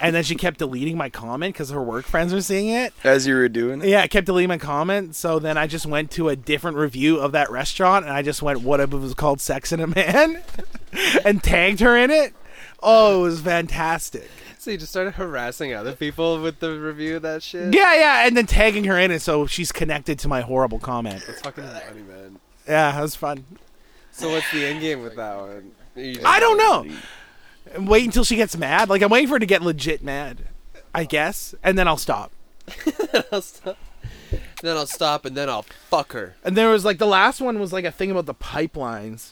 and then she kept deleting my comment because her work friends were seeing it, As you were doing it. yeah, I kept deleting my comment. So then I just went to a different review of that restaurant, and I just went, "What if it was called Sex and a Man?" and tagged her in it. Oh, it was fantastic. So you just started harassing other people with the review of that shit. Yeah, yeah, and then tagging her in it, so she's connected to my horrible comment. It's fucking funny, man. Yeah, it was fun. So what's the end game with that one? You just- I don't know. Wait until she gets mad. Like I'm waiting for her to get legit mad, I guess, and then I'll stop. I'll stop. Then I'll stop and then I'll fuck her. And there was like the last one was like a thing about the pipelines.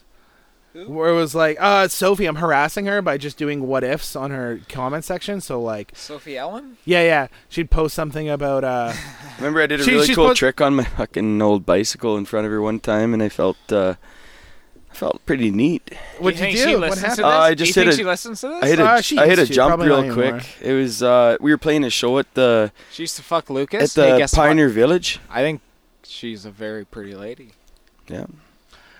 where it was like, uh, Sophie, I'm harassing her by just doing what ifs on her comment section. So like, Sophie Ellen? yeah, yeah, she'd post something about uh, Remember, I did a She- really she's cool supposed- trick on my fucking old bicycle in front of her one time, and I felt uh, I felt pretty neat. what do you, you think do. She What listens to happened? this? Uh, I do you just think hit a- she listens to this? I hit a Uh, I she hit a used to, jump probably real not quick. anymore. It was uh, we were playing a show at the she used to fuck Lucas. at hey, the guess what? Pioneer Village. I think she's a very pretty lady. Yeah,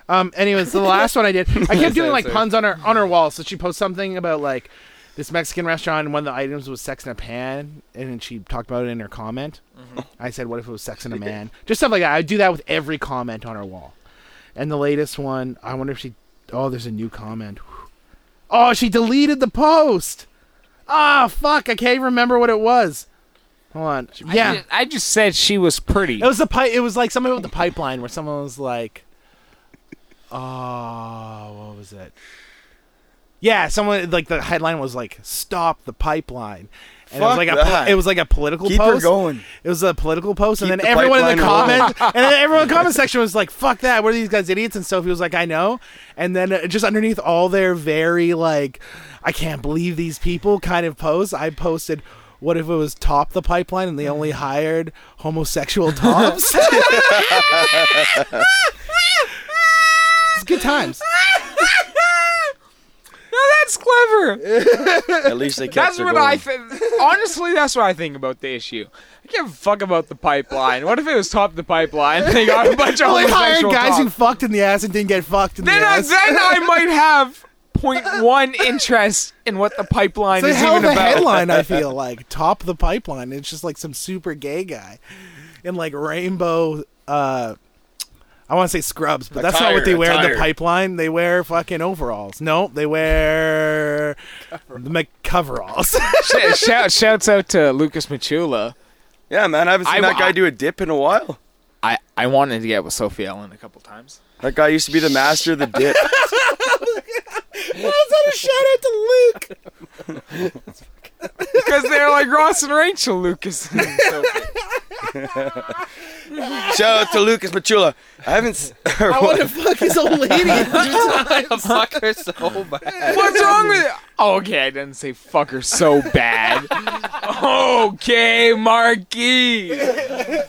Um. Anyways, the last one I did, I kept doing like Sorry. puns on her on her wall. So she posts something about like this Mexican restaurant, and one of the items was sex in a pan, and then she talked about it in her comment. I said, "What if it was sex in a man?" Just stuff like that. I do that with every comment on her wall. And the latest one, I wonder if she. Oh, there's a new comment. Whew. Oh, she deleted the post. Ah, fuck! I can't even remember what it was. Hold on. I Yeah, just, I just said she was pretty. it was the pi- It was like something with the pipeline where someone was like, "Oh, what was it?" Yeah, someone like the headline was like, "Stop the pipeline," and it was Fuck like a that. it was like a political keep her post. going. It was a political post, Keep and then the everyone in the pipeline rolling. comment and then everyone in the comment section was like, "Fuck that! What are these guys idiots?" And Sophie was like, "I know," and then uh, just underneath all their very like, "I can't believe these people" kind of posts, I posted. What if it was top the pipeline and they only hired homosexual tops? it's good times. no, that's clever. At least they kept That's her what going. I think. Honestly, that's what I think about the issue. I give a fuck about the pipeline. What if it was top the pipeline? They got a bunch of Only hired homosexual guys top. who fucked in the ass and didn't get fucked in then the I, ass. then I might have point one interest in what the pipeline It's a is hell even of a about. headline. I feel like top the pipeline. It's just like some super gay guy in like rainbow. uh I want to say scrubs, but that's not what they Attire, wear in the attire. pipeline. They wear fucking overalls. No, they wear the coveralls. Sh- shout, shouts out to Lucas Machula. Yeah, man, I haven't seen I- that I- guy do a dip in a while. I, I wanted to get with Sophie Ellen a couple times. That guy used to be the master of the dip. How's that a shout out to Luke? Because they're like Ross and Rachel Lucas. and Sophie. Shout out to Lucas Machula. I haven't. s- I want to fuck his old lady. I wanna fuck her so bad. What's wrong with it? Okay, I didn't say fucker so bad. Okay, Marquis.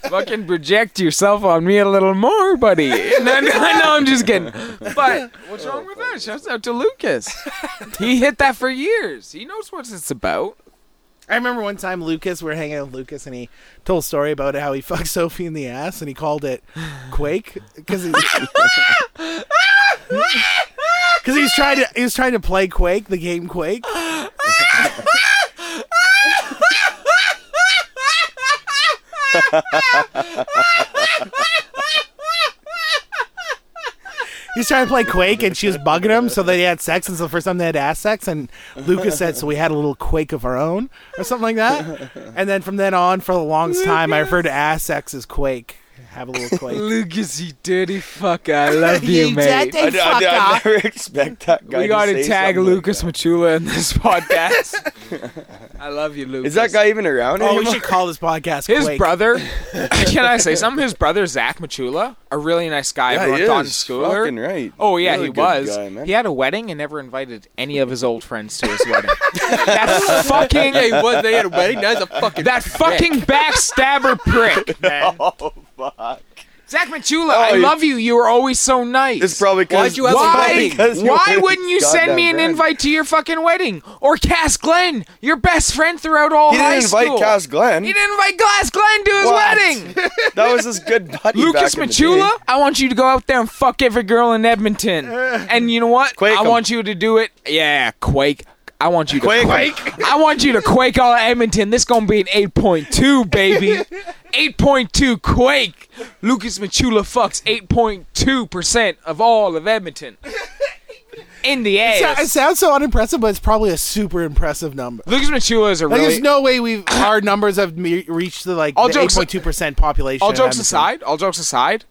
Fucking project yourself on me a little more, buddy. And then, I know I'm just kidding. But what's wrong with that? Shouts out to Lucas. He hit that for years. He knows what it's about. I remember one time Lucas, we were hanging out with Lucas, and he told a story about how he fucked Sophie in the ass, and he called it Quake because he because he was trying to he was trying to play Quake, the game Quake. He's trying to play Quake, and she was bugging him, so they had sex, and so the first time they had ass sex, and Lucas said, so we had a little Quake of our own, or something like that. And then from then on, for the longest time, I referred to ass sex as Quake. Have a little Quake. Lucas, you dirty fucker. I love you, You mate. dirty I, I, I never expect that guy. We gotta to say tag something like Lucas that. Machula in this podcast. I love you, Lucas. Is that guy even around Oh, we anymore? should call this podcast His Quake. brother, can I say something? His brother, Zach Machula, a really nice guy. yeah, everyone he thought in is. schooler. Fucking right. Oh yeah, Really he good was. guy, man. he had a wedding and never invited any of his old friends to his wedding. that fucking Hey, what? They had a wedding? That's a fucking. that fucking backstabber prick, man. Oh fuck. Oh, Zach Machula, I you- love you. You were always so nice. It's probably Why'd because you have a wedding? Why wouldn't you send me an invite to your fucking wedding? Or Cass Glenn, your best friend throughout all He high didn't invite school. Cass Glenn. He didn't invite Glass Glenn to his What? wedding. That was his good buddy. Lucas back in the Machula, day. I want you to go out there and fuck every girl in Edmonton. and you know what? Quake I 'em. want you to do it. Yeah, quake. I want you to Quake quake. 'em. I want you to quake all of Edmonton. This gonna be an 8.2, baby. 8.2 quake. Lucas Machula fucks 8.2% of all of Edmonton. In the It sou- It ass. sounds so unimpressive, but it's probably a super impressive number. Lucas Machula is a Like, really there's no way we've our numbers have me- reached the like All the jokes- 8.2 percent population. all of jokes Edmonton. aside, all jokes aside,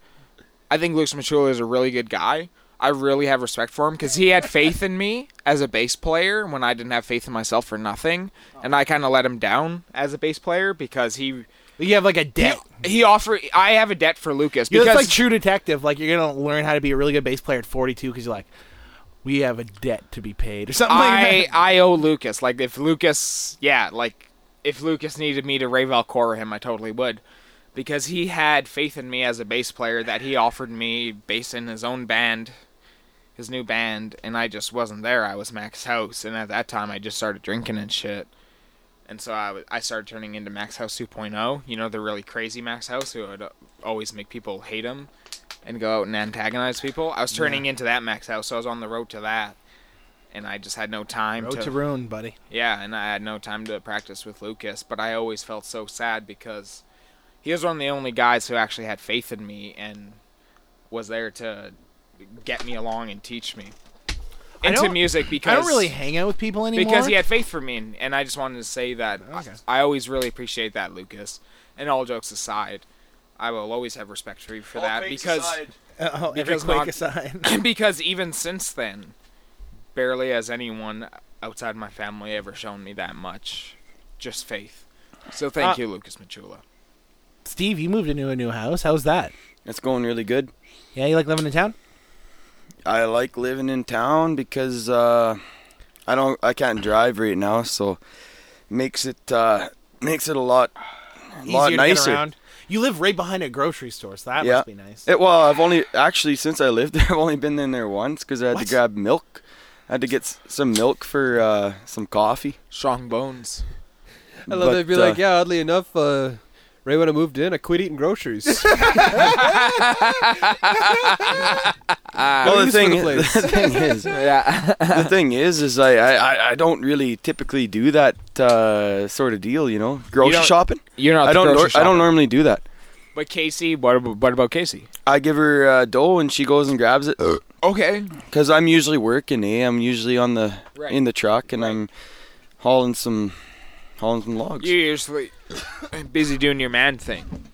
I think Lucas Machula is a really good guy. I really have respect for him because he had faith in me as a bass player when I didn't have faith in myself for nothing, and I kind of let him down as a bass player because he you have like a debt. he offered. I have a debt for Lucas You know, because it's like True Detective. Like you're gonna learn how to be a really good bass player at 42 because you're like, we have a debt to be paid or something I like that. I owe Lucas. Like if Lucas, yeah, like if Lucas needed me to Ravel Cora him, I totally would, because he had faith in me as a bass player that he offered me bass in his own band, his new band, and I just wasn't there. I was Max House, and at that time I just started drinking and shit. And so I, w- I started turning into Max House 2.0. You know, the really crazy Max House who would always make people hate him and go out and antagonize people. I was turning into that Max House, so I was on the road to that. And I just had no time Road to ruin, buddy. yeah, and I had no time to practice with Lucas, but I always felt so sad because he was one of the only guys who actually had faith in me and was there to get me along and teach me I into don't- music because I don't really hang out with people anymore. because he had faith for me, and, and I just wanted to say that I- Okay. I, always really appreciate that, Lucas. And all jokes aside, I will always have respect for you for that because oh, every because quake not- aside. because even since then, barely has anyone outside my family ever shown me that much, just faith. So thank Uh, you, Lucas Machula. Steve, you moved into a new house. How's that? it's going really good. Yeah, you like living in town? I like living in town because uh, I don't I can't drive right now, so makes it uh, makes it a lot a lot Easier to get nicer. around. You live right behind a grocery store, so that Yeah. must be nice. It, well, I've only actually since I lived there, I've only been in there once because I had What? to grab milk. I had to get s- some milk for uh, some coffee. Strong bones. I love But, they'd be uh, like, yeah, oddly enough, uh, right when I moved in, I quit eating groceries. Ah, well, the use for thing, the is, place. the thing is, Yeah. the thing is, is I, I, I- I don't really typically do that uh, sort of deal. You know, grocery don't- shopping. You're not. I don't. The Nor- grocery I don't shopper. normally do that. But Casey, what about, what about Casey? I give her uh, dough and she goes and grabs it. Okay. Cause I'm usually working, eh? I'm usually on the Right. in the truck and I'm hauling some hauling some logs. You're usually busy doing your man thing.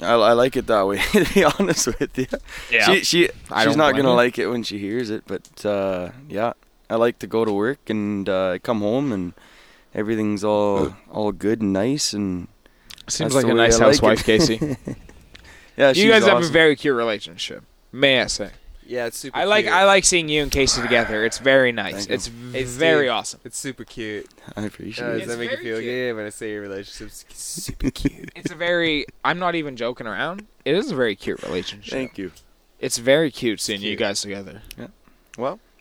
I, I like it that way. to be honest with you, Yeah. she she I she's don't not blame gonna you. like it when she hears it, but uh, yeah, I like to go to work and uh, come home and everything's all all good and nice and Seems That's like the a way nice I like housewife, it. Casey. yeah. you she's guys have a awesome. very cute relationship. May I say? yeah, it's super. I like cute. I like seeing you and Casey together. It's very nice. Thank you. It's Hey, very Steve. awesome. It's super cute. I appreciate Uh, it. does that make you very feel cute. good when I say your relationship's super cute? It's a very. I'm not even joking around. It is a very cute relationship. Thank you. It's very cute seeing you Cute. guys together.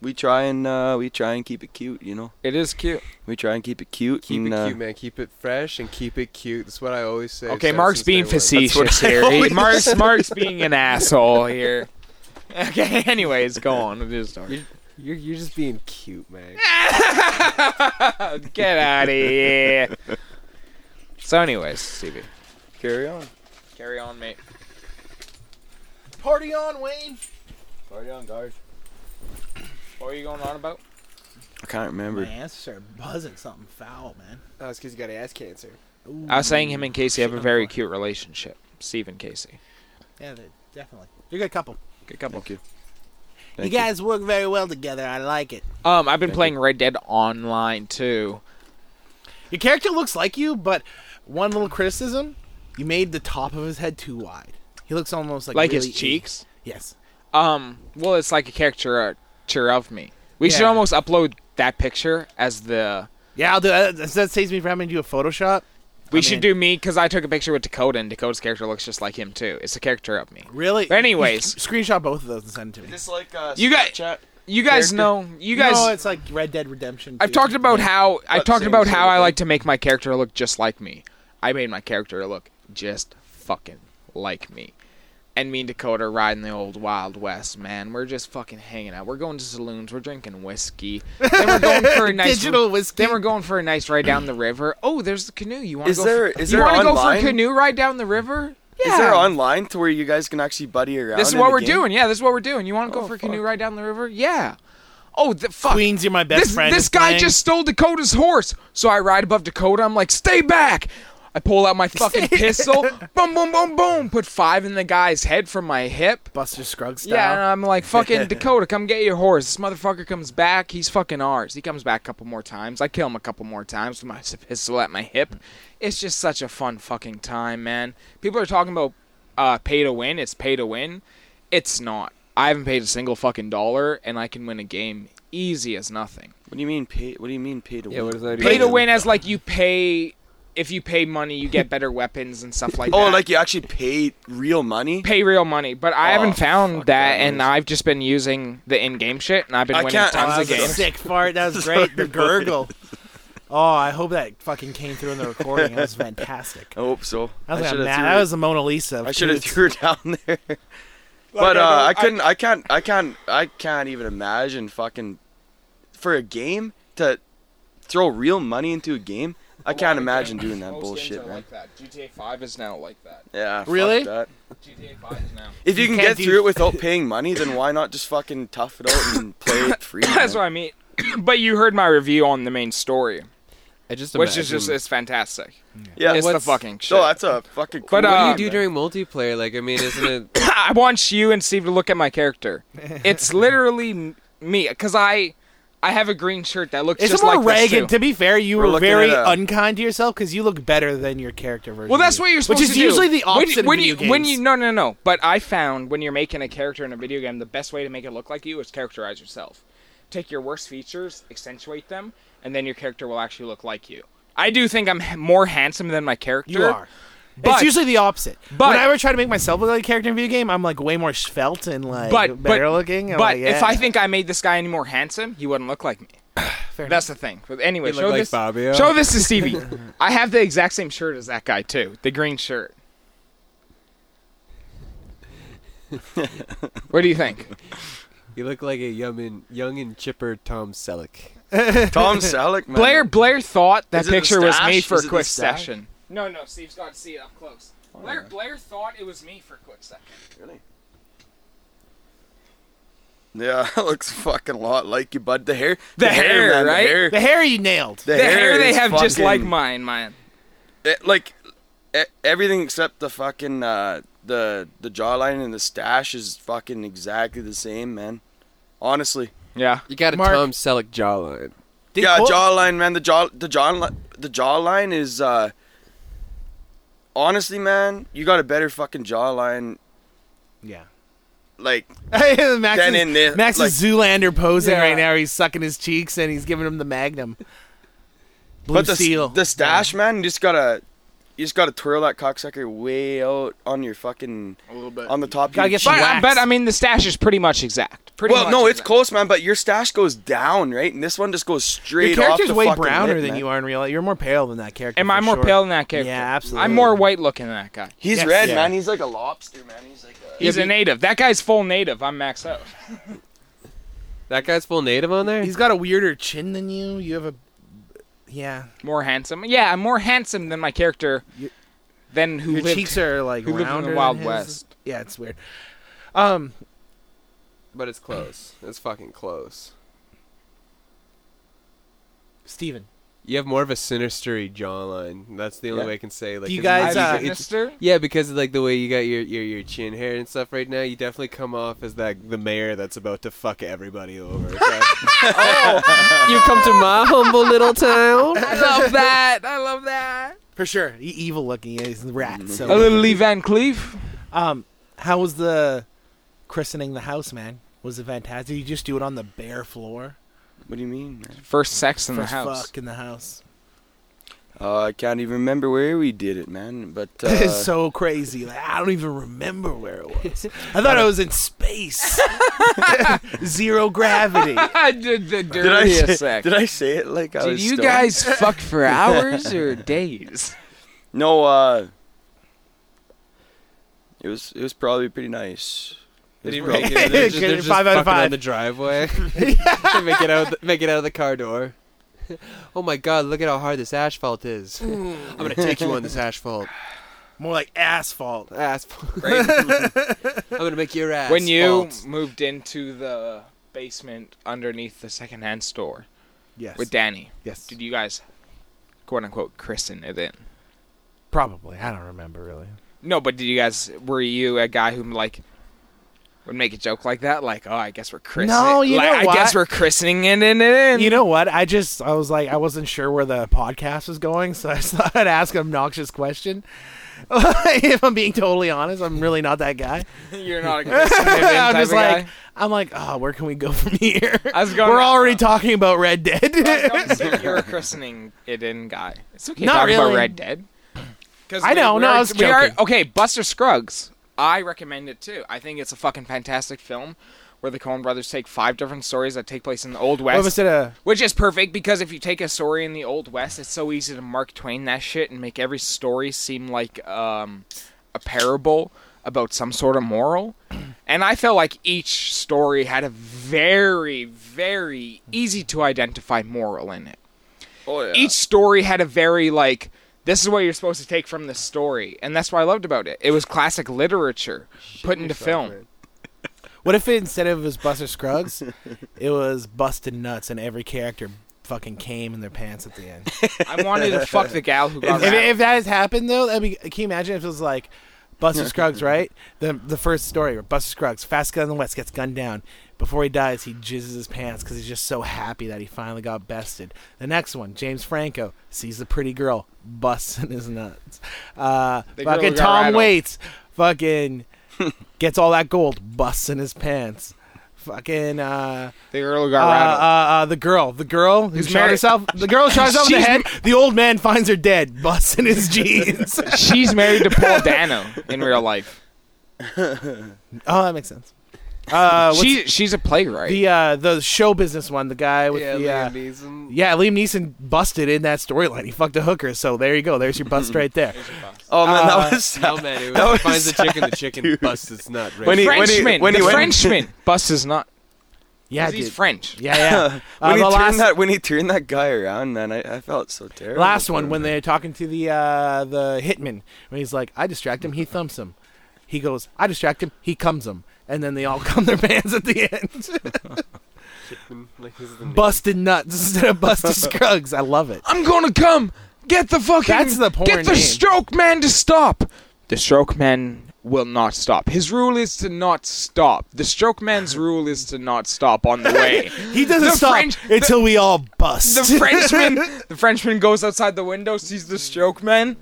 We try and uh, we try and keep it cute, you know. It is cute. We try and keep it cute. Keep and, it uh, cute, man. Keep it fresh and keep it cute. That's what I always say. Okay, since- Mark's since being day one. facetious here. He- Mark's Mark's being an asshole here. Okay. Anyways, go on with your story. You're you're just being cute, man. Get out of here. So, anyways, Stevie, Carry on. carry on, mate. Party on, Wayne. Carry on, guys. What were you going on about? I can't My remember. ass are buzzing something foul, man. Oh, it's because you got ass cancer. Ooh. I was saying him and Casey have a Shit, I'm very fine. cute relationship. Steve and Casey. Yeah, they- definitely. You're a good couple. Good couple. Thank you. you guys work very well together. I like it. Um, I've been Thank playing Red Dead Online too. Your character looks like you, but one little criticism: you made the top of his head too wide. He looks almost like Like really his cheeks. Yes. Um, well, it's like a caricature of me. We should Yeah. almost upload that picture as the. Yeah, I'll do that. That saves me from having to do a Photoshop. We I'm should in. do me because I took a picture with Dakota, and Dakota's character looks just like him too. It's a character of me. Really? But anyways. You sh- screenshot both of those and send it to me. Just like uh, You got- Snapchat. You guys Character? know. You guys. No, it's like Red Dead Redemption. I've 2. talked about how I've But talked same about sort how of I thing. like to make my character look just like me. I made my character look just fucking like me. And me and Dakota are riding the old Wild West, man. We're just fucking hanging out. We're going to saloons. We're drinking whiskey. Then we're going for a nice Digital whiskey. Then we're going for a nice ride down the river. Oh, there's the canoe. You want Is to go? there- for, is you there wanna go for a online? canoe ride down the river? Yeah. Is there online to where you guys can actually buddy around? This is in what the we're game? doing. Yeah, this is what we're doing. You want to go Oh, for a canoe fuck. ride down the river? Yeah. Oh, the fuck Queens, you're my best this, friend. This is guy playing. just stole Dakota's horse. So I ride above Dakota. I'm like, stay back. I pull out my fucking pistol. boom, boom, boom, boom. Put five in the guy's head from my hip. Buster Scruggs style. Yeah, and I'm like, fucking Dakota, come get your horse. This motherfucker comes back. He's fucking ours. He comes back a couple more times. I kill him a couple more times with my s- pistol at my hip. It's just such a fun fucking time, man. People are talking about uh, pay to win. It's pay to win. It's not. I haven't paid a single fucking dollar, and I can win a game easy as nothing. What do you mean pay? What do you mean pay to Yeah, win? what does that do? Pay to win as like you pay. If you pay money, you get better weapons and stuff like that. Oh, like you actually pay real money? pay real money, but I Oh, haven't found fuck that, that and noise. I've just been using the in-game shit, and I've been I winning can't- tons I of was a games. sick fart. That was great. The gurgle. Oh, I hope that fucking came through in the recording. That was fantastic. I hope so. That was, like a shoulda ma- threw that it- was the Mona Lisa. of I should have coots. threw it down there. I but uh, don't- I couldn't. I, can't. I can't. I can't even imagine fucking for a game to throw real money into a game. I can't imagine doing that bullshit, man. that. GTA 5 is now like that. Yeah. fuck Really? that. GTA 5 is now. If you, can can't get do- through it without paying money, then why not just fucking tough it out and play it free? That's man? what I mean. but you heard my review on the main story, I just which imagine- is just it's fantastic. Yeah. it's the what's- fucking shit. so that's a fucking. Cool But, What uh, do you do during multiplayer? Like, I mean, isn't it? I want you and Steve to look at my character. It's literally m- me because I I have a green shirt that looks It's just more like this, Reagan. too. To be fair, you We're were, looking very at a- unkind to yourself because you look better than your character version. Well, that's of you. what you're supposed Which is to do. usually the When- opposite of When, video you, when games. you no no no. But I found when you're making a character in a video game, the best way to make it look like you is characterize yourself. Take your worst features, accentuate them, and then your character will actually look like you. I do think I'm h- more handsome than my character. You are. it's But- usually the opposite. but- when I ever try to make myself look like a character in a video game, I'm like way more svelte and like But better but, looking. I'm but like, if yeah, I think I made this guy any more handsome, he wouldn't look like me. fair enough. That's the thing. But anyway, You look show like this. Fabio. Show this to Stevie. I have the exact same shirt as that guy too. The green shirt. what do you think? you look like a young and young and chipper Tom Selleck. Tom Selleck, man. Blair Blair thought that Is it the picture was me stash? for Is it a the quick stash? Oh, session. No, no, Steve's got to see it up close. Blair Blair thought it was me for a quick second. Yeah, looks fucking a lot like you, bud. The hair. The hair, man, right? The hair. the hair you nailed. the The hair they is have just like fucking- mine, man. it, Eh, like e- everything except the fucking uh, the the jawline and the stash is fucking exactly the same, man. Honestly, Yeah. You got a Mark- Tom Selleck jawline. Did yeah, Col- jawline, man. The jaw, the jaw, the jawline is. Uh, honestly, man, you got a better fucking jawline. Yeah. Like Max, Then is, in the- Max is Zoolander posing Yeah. right now. He's sucking his cheeks and he's giving him the Magnum. Blue but the, s- Seal. the stash, man, you just gotta, you just gotta twirl that cocksucker way out on your fucking, A little bit. on the top. of Gotta your get chin. some But, I- Wax. but I mean, the stash is pretty much exact. Pretty Well, much no, it's exact. close, man. But your stash goes down, right? And this one just goes Your straight. character's off the way fucking browner lip, than man. you are in real life. You're more pale than that character. Am I for more sure. pale than that character? Yeah, absolutely. I'm more white looking than that guy. He's Yes. red, Yeah. man. He's like a lobster, man. He's like a. He's a native. That guy's full native. I'm max out. That guy's full native on there. He's got a weirder chin than you. You have a. Yeah. More handsome. Yeah, I'm more handsome than my character. Than who Your lived, cheeks are like who lived in rounder the than Wild his. West. Yeah, it's weird. Um, but it's close. It's fucking close. Steven. You have more of a sinistery jawline. That's the only Yeah. way I can say. Like You guys, 'cause it's- uh, it's- sinister. yeah, because of, like the way you got your, your your chin hair and stuff right now, you definitely come off as that the mayor that's about to fuck everybody over. you come to my humble little town. love that. I love that. For sure. He evil looking. Yeah, he's a rat. Mm-hmm. A So. little Lee Van Cleef. Um, how was the christening the house, man? Was it fantastic? Did you just do it on the bare floor? What do you mean, man? First sex in First the house. fuck in the house. Uh, I can't even remember where we did it, man. But uh, it's so crazy. Like, I don't even remember where it was. I thought I was in space. Zero gravity. I did the did I dirtiest say, sex. did I say it like I Did was? you stoned? guys fuck for hours or days? No. Uh, it was it was probably pretty nice. Did he was probably- make it? They're just, Get they're it, just five out of fucking five. on the driveway. They make it out. Make it out of the car door. Oh my God! Look at how hard this asphalt is. I'm gonna take you on this asphalt. More like asphalt. Asphalt. I'm gonna make your ass. When you fault. moved into the basement underneath the secondhand store Yes. with Danny, yes. did you guys quote unquote christen it in? Probably. I don't remember really. No, but did you guys were you a guy who like would make a joke like that? Like, oh, I guess we're christening. No, you like, know I guess what? we're christening it in. in. You know what? I just I was like I wasn't sure where the podcast was going, so I just thought I'd ask an obnoxious question. if I'm being totally honest, I'm really not that guy. You're not a convincing I'm type just of like, guy. I'm like, oh, where can we go from here? I was going. We're already talking about Red Dead. talking. You're a christening it in guy. It's okay. Not talk about really. Red Dead. 'Cause I we- know, we no, are- I was we are joking. okay. Buster Scruggs. I recommend it too. I think it's a fucking fantastic film where the Coen brothers take five different stories that take place in the Old What was West, it a which is perfect because if you take a story in the Old West, it's so easy to Mark Twain that shit and make every story seem like um, a parable about some sort of moral. And I felt like each story had a very, very easy to identify moral in it Oh yeah. each story had a very like this is what you're supposed to take from this story and that's what i loved about it it was classic literature put into film What if it, instead of it was Buster Scruggs, it was busted nuts and every character fucking came in their pants at the end? i wanted to fuck the gal who got if, raped. if that has happened though, that'd be, can you imagine if it was like Buster Scruggs, right? The the first story where Buster Scruggs, fast gun in the West, gets gunned down. Before he dies, he jizzes his pants because he's just so happy that he finally got bested. The next one, James Franco sees the pretty girl busting his nuts. Uh, The girl fucking who got Tom rattled. Waits, fucking gets all that gold, busting his pants. Fucking uh, the girl who uh, uh, got rattled uh, the girl, the girl who Who's shot married. herself. The girl who shot herself in the She's- head. The old man finds her dead, busting his jeans. she's married to paul dano in real life oh, that makes sense. Uh, what's she, she's a playwright the uh, the show business one, the guy with yeah, the uh, Liam Neeson. yeah, Liam Neeson busted in that storyline. He fucked a hooker, so there you go. There's your bust right there. oh man, uh, that was sad. No man, who That was finds the sad, chicken, the chicken dude. busts its nut. Right? When he- frenchman when he the went- frenchman bust is not Yeah, 'cause he's dude. french yeah, yeah. when Uh, he the turned last that when he turned that guy around, man, I, I felt so terrible. last for one him. when they're talking to the uh, the hitman when he's like, I distract him, he thumps him. He goes, I distract him, he comes him, and then they all come their pants at the end. Like, this is the name. busted nuts instead of busted scruggs. I love it. i'm gonna come get the fucking That's the porn get the name. stroke man to stop the stroke man will not stop his rule is to not stop the stroke man's rule is to not stop on the way He doesn't The stop French- until we all bust. The Frenchman, the Frenchman goes outside the window, sees the stroke men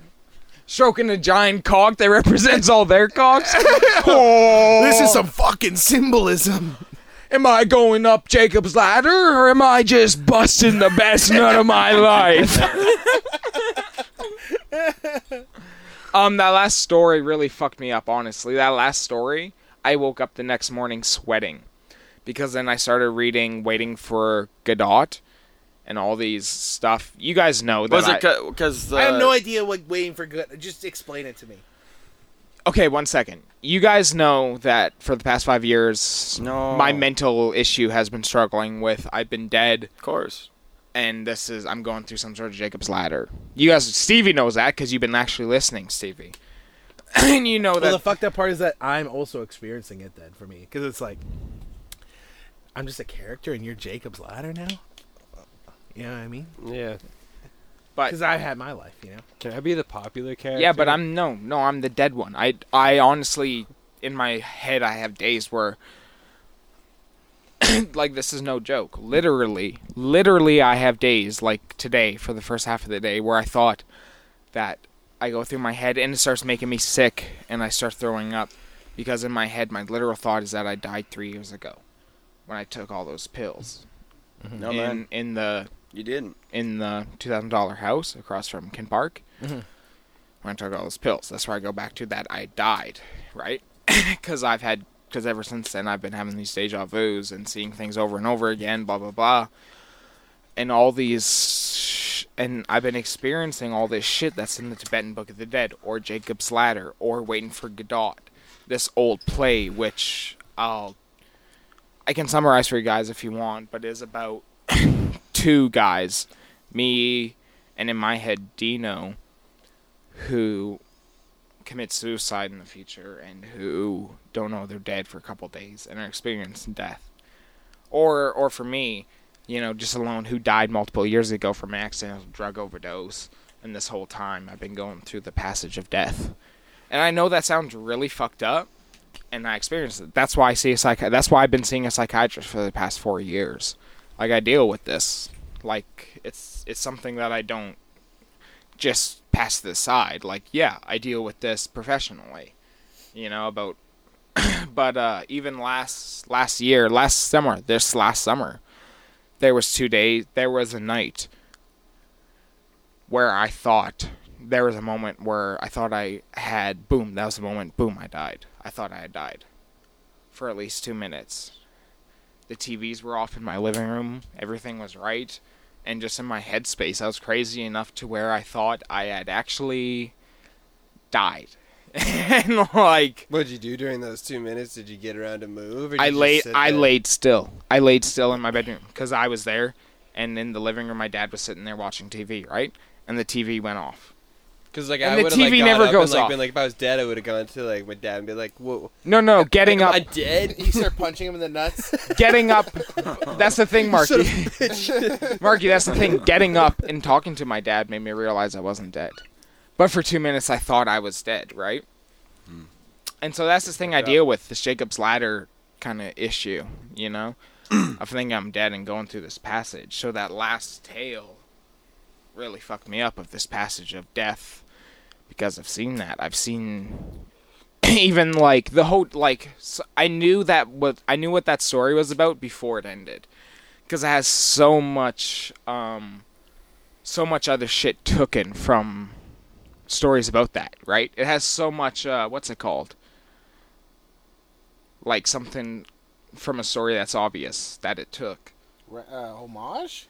stroking a giant cock that represents all their cocks. oh, this is some fucking symbolism. Am I going up Jacob's ladder, or am I just busting the best nut of my life? um, that last story really fucked me up. Honestly, that last story, I woke up the next morning sweating because then I started reading, waiting for Godot. And all these stuff, you guys know that was I- it uh, because idea what waiting for good. Just explain it to me. Okay, one second. You guys know that for the past five years, No. my mental issue has been struggling with. I've been dead, Of course. and this is I'm going through some sort of Jacob's ladder. You guys, Stevie knows that because you've been actually listening, Stevie, and you know Well, the that. fucked up part is that I'm also experiencing it then for me because it's like I'm just a character and you're Jacob's ladder now. You know what I mean? Yeah. but Because I had my life, you know. Can I be the popular character? yeah, but I'm no, no, I'm the dead one. I, I honestly, in my head, I have days where, like, this is no joke. Literally, literally, I have days like today for the first half of the day where I thought that I go through my head and it starts making me sick and I start throwing up because in my head, my literal thought is that I died three years ago when I took all those pills No in Oh, man, in the you didn't. in the two thousand dollar house across from Ken Park. When I took all those pills, that's where I go back to that I died, right? Because I've had because ever since then I've been having these deja vu's and seeing things over and over again, blah blah blah, and all these, and I've been experiencing all this shit that's in the Tibetan Book of the Dead or Jacob's Ladder or Waiting for Godot, this old play which I'll I can summarize for you guys if you want, but is about two guys, me and in my head Dino, who commit suicide in the future and who don't know they're dead for a couple days and are experiencing death. Or or for me, you know, just alone who died multiple years ago from an accidental drug overdose and this whole time I've been going through the passage of death. And I know that sounds really fucked up and I experienced it. That's why I see a psych that's why I've been seeing a psychiatrist for the past four years like I deal with this. Like it's it's something that I don't just pass this side. Like, yeah, I deal with this professionally, you know, about but uh even last last year, last summer, this last summer, there was two days, there was a night where I thought there was a moment where I thought I had boom, that was the moment, boom, I died. I thought I had died for at least 2 minutes. The TVs were off in my living room, everything was right and just in my headspace, I was crazy enough to where I thought I had actually died. and like What'd you do during those two minutes? Did you get around to move? Or did I you just laid sit I there? laid still. I laid still in my bedroom cuz I was there and in the living room my dad was sitting there watching TV, right? And the TV went off. Cause like And I the would have like, TV gone never up goes and, like, off. Been like if I was dead, I would have gone to like my dad and be like, "Whoa, No, no, getting am up I dead?" You start punching him in the nuts. getting up. That's the thing, Marky. Marky, that's the thing. Getting up and talking to my dad made me realize I wasn't dead. But for two minutes, I thought I was dead, right? And so that's the thing I deal with this Jacob's Ladder kind of issue, you know? of thinking I'm dead and going through this passage. So that last tale really fucked me up of this passage of death because I've seen that. I've seen even like the whole like s I I knew that what I knew what that story was about before it ended because it has so much um so much other shit taken from stories about that, right? It has so much uh what's it called? Like something from a story that's obvious that it took Re- uh, homage?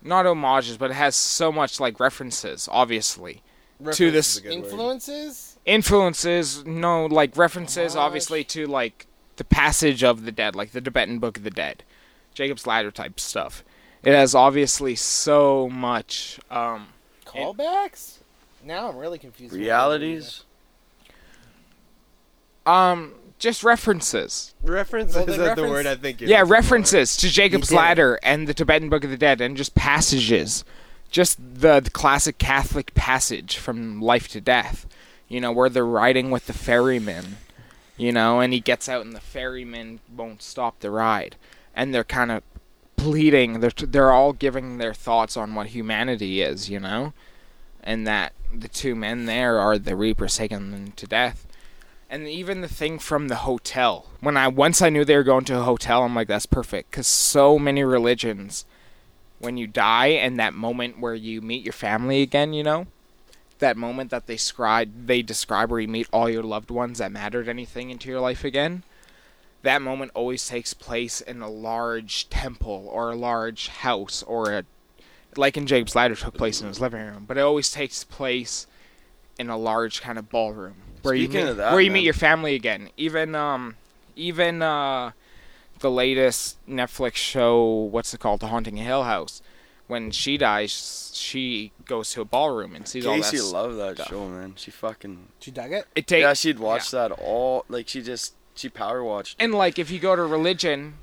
not homages, but it has so much like references, obviously. To Reference is this a good word. Influences? influences, no like references Homage. obviously to like the passage of the dead, like the Tibetan Book of the Dead. Jacob's ladder type stuff. It has obviously so much um Callbacks? Now I'm really confused. with what Realities. um just references. Reference Well, is then that the reference- word I think. You're yeah, looking for. references to Jacob's did it. ladder and the Tibetan Book of the Dead and just passages. Just the, the classic Catholic passage from life to death. You know, where they're riding with the ferryman. You know, and he gets out and the ferryman won't stop the ride. And they're kind of pleading. They're, they're all giving their thoughts on what humanity is, you know? And that the two men there are the reapers taking them to death and even the thing from the hotel when i once i knew they were going to a hotel i'm like that's perfect because so many religions when you die and that moment where you meet your family again you know that moment that they scribe they describe where you meet all your loved ones that mattered anything into your life again that moment always takes place in a large temple or a large house or a like in Jacob's Ladder took place in his living room, but it always takes place in a large kind of ballroom where you Speaking meet, of that, where you meet man. your family again. Even um, even uh, the latest Netflix show, what's it called, The Haunting of Hill House. When she dies, she goes to a ballroom and sees all that. Casey s- loved that stuff. show, man. She fucking She dug it? It takes yeah. She'd watch that all. Like she just she power watched. And like if you go to religion,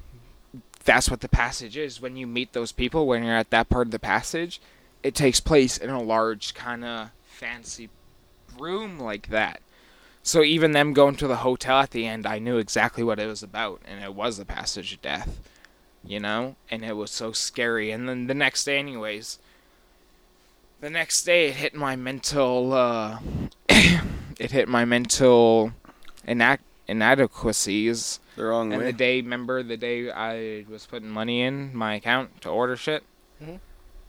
that's what the passage is. When you meet those people, when you're at that part of the passage, it takes place in a large kind of fancy room like that. So even them going to the hotel at the end, I knew exactly what it was about, and it was the passage of death, you know. And it was so scary. And then the next day, anyways, the next day it hit my mental, uh, it hit my mental inac- inadequacies The wrong and way. the day, remember the day I was putting money in my account to order shit?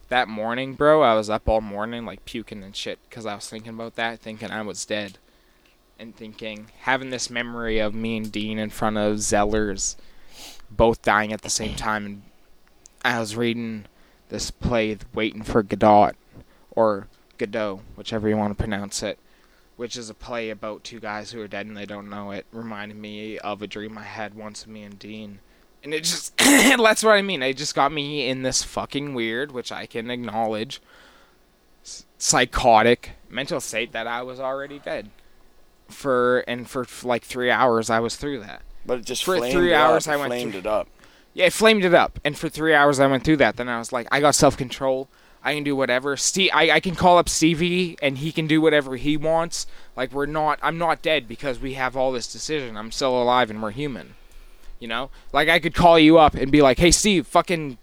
That morning, bro, I was up all morning, like puking and shit, because I was thinking about that, thinking I was dead. And thinking, having this memory of me and Dean in front of Zellers, both dying at the same time. And I was reading this play, Waiting for Godot, or Godot, whichever you want to pronounce it which is a play about two guys who are dead and they don't know it, reminded me of a dream I had once of me and Dean. And it just, that's what I mean. It just got me in this fucking weird, which I can acknowledge, s- psychotic mental state that I was already dead. For, and for like three hours, I was through that. but it just for flamed three it hours, up. I it went flamed through- it up. Yeah, it flamed it up, and for three hours I went through that. Then I was like, I got self control. I can do whatever. Steve, I, I can call up Stevie, and he can do whatever he wants. Like we're not, I'm not dead because we have all this decision. I'm still alive, and we're human. You know, like I could call you up and be like, Hey, Steve, fucking,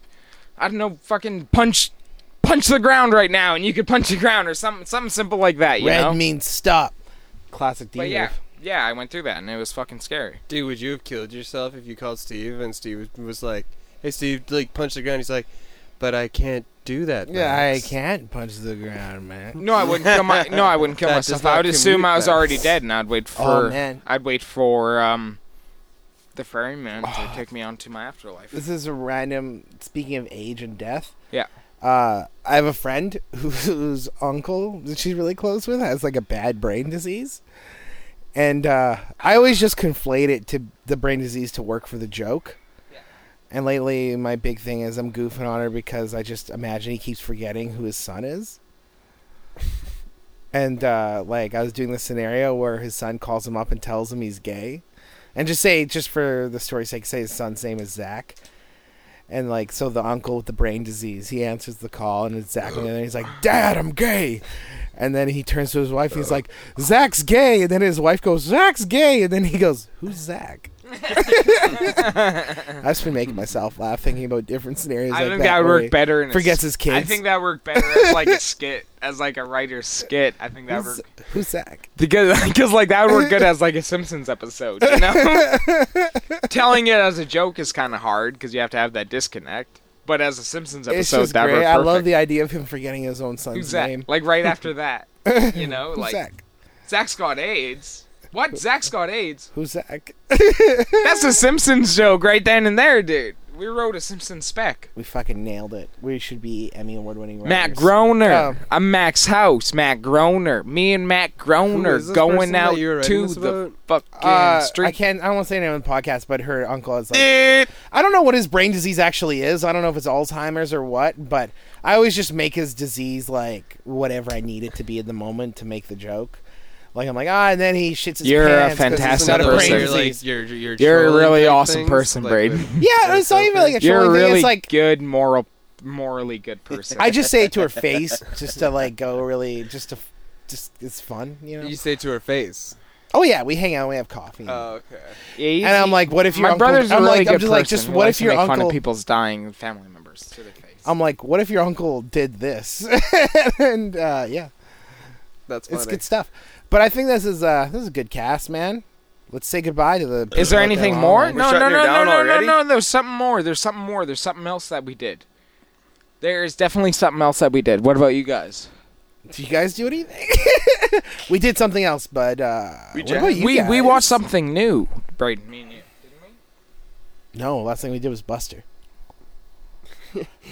I don't know, fucking punch, punch the ground right now, and you could punch the ground or something, something simple like that. You Red know? means stop. Classic D. But yeah, yeah, I went through that, and it was fucking scary. Dude, would you have killed yourself if you called Steve and Steve was like, "Hey, Steve, like punch the ground." He's like, "But I can't do that." Yeah, I Max." can't punch the ground, man. No, I wouldn't kill my. No, I wouldn't kill That myself. does not I would assume commute I was that. already dead, and I'd wait for. Oh, man. I'd wait for um, the ferryman to take me on to my afterlife. This is a random. Speaking of age and death. Yeah. Uh, I have a friend who- whose uncle that she's really close with has like a bad brain disease, and uh, I always just conflate it to the brain disease to work for the joke. And lately, my big thing is I'm goofing on her because I just imagine he keeps forgetting who his son is. And uh, like I was doing this scenario where his son calls him up and tells him he's gay, and just say just for the story's sake, say his son's name is Zach. And like so, the uncle with the brain disease, he answers the call, and it's Zach, and he's like, "Dad, I'm gay." And then he turns to his wife, he's like, "Zach's gay," and then his wife goes, "Zach's gay," and then he goes, "Who's Zach?" I've just been making myself laugh thinking about different scenarios. I like think that would where work he better. In a Forgets s- his kids. I think that worked better as like a skit, as like a writer's skit. I think that Who's, worked who's Zach? because because like that would work good as like a Simpsons episode. You know, telling it as a joke is kind of hard because you have to have that disconnect. But as a Simpsons It's episode, just that great. worked I perfect. love the idea of him forgetting his own son's Exactly. name. Like right after that, you know, Who's like Zach? Zach's got AIDS. What? Zach's got AIDS? Who's Zach? That's a Simpsons joke right then and there, dude. We wrote a Simpsons spec. we fucking nailed it. We should be Emmy award winning writers. Matt Groener. Oh. I'm Max House. Matt Groener. Me and Matt Who Groener is this person going that out you were writing to this the about? fucking Uh, I street. can't. I won't say the name of the podcast, but her uncle is like. Dude. I don't know what his brain disease actually is. I don't know if it's Alzheimer's or what, but I always just make his disease like whatever I need it to be in the moment to make the joke. Like I'm like ah, and then he shits his You're a pants 'cause he's fantastic got Another brain person. person. You're like disease. you're You're you're, a trolling really type awesome things, person, like, Braden. with- Yeah, it's not even like a You're a trolling thing. really It's like good moral, morally good person. I just say it to her face just to like go really just to just it's fun, you know. You say to her face. Oh yeah, we hang out, we have coffee. okay. Easy. and I'm like, what if your Uh, my uncle? brother's a I'm really like, good I'm just like, person just who what likes if to your make fun uncle? of people's dying family members to their face. I'm like, what if your uncle did this? and uh, yeah, That's funny. it's good stuff. But I think this is uh, this is a good cast, man. Let's say goodbye to the. Is there Okay, anything well, more? like- No, no, shutting no, her no, down no, no, already? no. There's something more. There's something more. There's something else that we did. There is definitely something else that we did. What about you guys? Do you guys do anything? we did something else, but uh, We what about you we we guys? watched something new, Brayden. Me and you. No, last thing we did was Buster.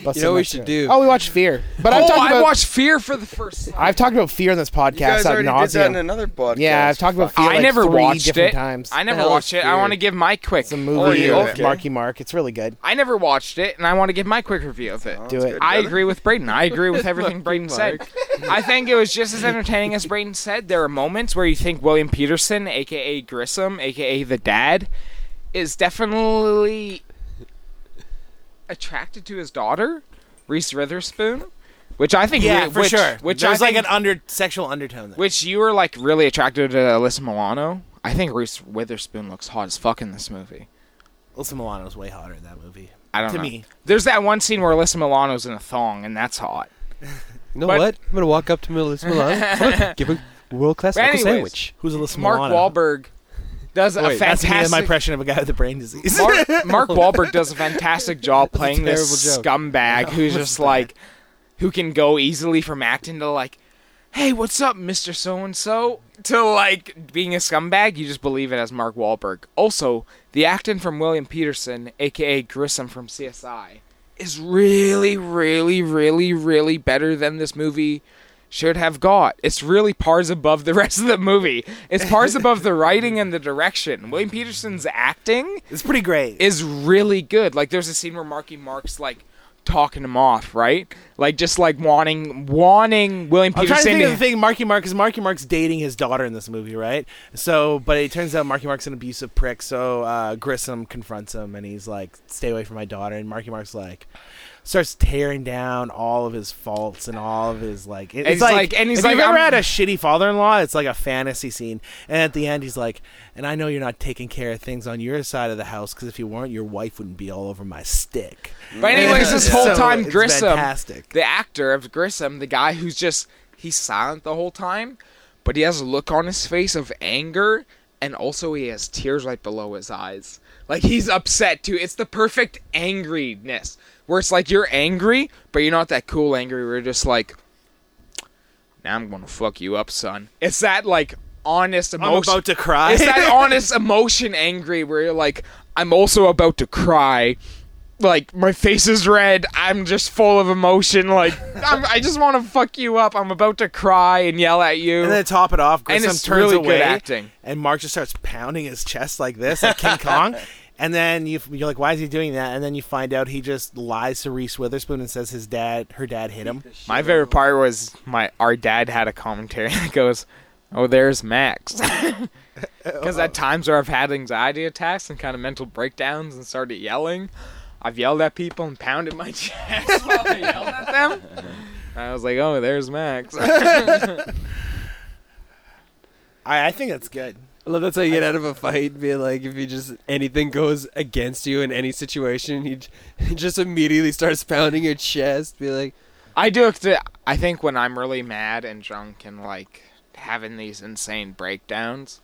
Buster You know what we Nuts should Show. do? Oh, we watched Fear, but I've oh, talked I about watched Fear for the first time. I've talked about fear in this You guys podcast ad already did that in nauseum. another podcast. Yeah, I've talked about fear I like never three watched different it. times. I never hell is watched it. I Fear? want to give my quick. it's a movie yeah, with okay. Marky Mark. It's really good. I never watched it, and I want to give my quick review of it. Oh, Do that's it. good, I brother. agree with Brayden. I agree with everything Brayden said. I think it was just as entertaining as Brayden said. There are moments where you think William Peterson, aka Grissom, aka the dad, is definitely attracted to his daughter, Reese Witherspoon, which I think Yeah, we- for which, sure. Which I There's like think- an uh, under sexual undertone there. which you were like really attracted to Alyssa Milano. I think Reese Witherspoon looks hot as fuck in this movie. Alyssa Milano's way hotter in that movie. I don't To know. me. There's that one scene where Alyssa Milano's in a thong, and that's hot. You know But- what? I'm gonna walk up to Melissa Milan, give a world class But knuckle anyways. sandwich. Who's Alyssa Mark Milano? Wahlberg does a Wait, That's me and my fantastic. impression of a guy with a brain disease. Mark, Mark Wahlberg does a fantastic job playing this terrible joke. scumbag who's just like, who can go easily from acting to like, hey, what's up, Mister So and So, to like being a scumbag. You just believe it as Mark Wahlberg. Also, the acting from William Peterson, aka Grissom from CSI, is really, really, really, really better than this movie should have got. It's really pars above the rest of the movie. It's pars above the writing and the direction. William Peterson's acting It's pretty great. is really good. Like there's a scene where Marky Mark's like talking him off, right? Like just like wanting wanting William I'm trying to Peterson think of to, the thing Marky Mark is Marky Mark's dating his daughter in this movie, right? So, but it turns out Marky Mark's an abusive prick. So uh, Grissom confronts him and he's like, "Stay away from my daughter." And Marky Mark's like, starts tearing down all of his faults and all of his like. it- And it's he's like, like- and he's if like, you've ever I'm- had a shitty father-in-law, it's like a fantasy scene. And at the end, he's like, "And I know you're not taking care of things on your side of the house because if you weren't, your wife wouldn't be all over my stick." But anyways, this whole So time it's Grissom, fantastic. the actor of Grissom, the guy who's just he's silent the whole time, but he has a look on his face of anger, and also he has tears right below his eyes. Like he's upset too. It's the perfect angriness where it's like you're angry, but you're not that cool angry. We're just like, now I'm gonna fuck you up, son. It's that like honest emotion. I'm about to cry. It's that honest emotion angry where you're like, I'm also about to cry. Like, my face is red. I'm just full of emotion. Like, I'm, I just want to fuck you up. I'm about to cry and yell at you. And then to top it off, And Grissom it's turns really good away, acting. and Mark just starts pounding his chest like this, like King Kong. And then you, you're like, why is he doing that? And then you find out he just lies to Reese Witherspoon and says his dad, her dad, hit him. my favorite part was my our dad had a commentary that goes, Oh, there's Max. Because at times where I've had anxiety attacks and kind of mental breakdowns and started yelling, I've yelled at people and pounded my chest while I yelled at them. I was like, oh, there's Max. I, I think that's good. I love that's how you get out of a fight. Be like, if you just anything goes against you in any situation, he, j- he just immediately starts pounding your chest. Be like, I do. have to- I think when I'm really mad and drunk and like having these insane breakdowns,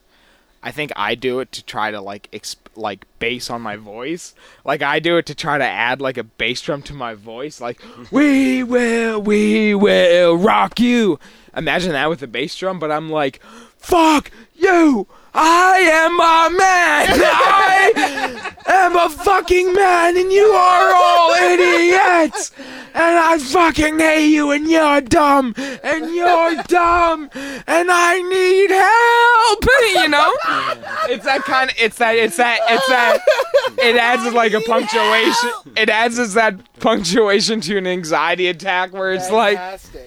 I think I do it to try to like exp- like bass on my voice. Like I do it to try to add like a bass drum to my voice. Like we will, we will rock you. Imagine that with a bass drum, but I'm like, fuck you. I am a man. I am a fucking man, and you are all idiots. And I fucking hate you, and you're dumb, and you're dumb, and I need help. You know, it's that kind. Of, it's that. It's that. It's that. It adds like a punctuation. It adds as that punctuation to an anxiety attack where it's like,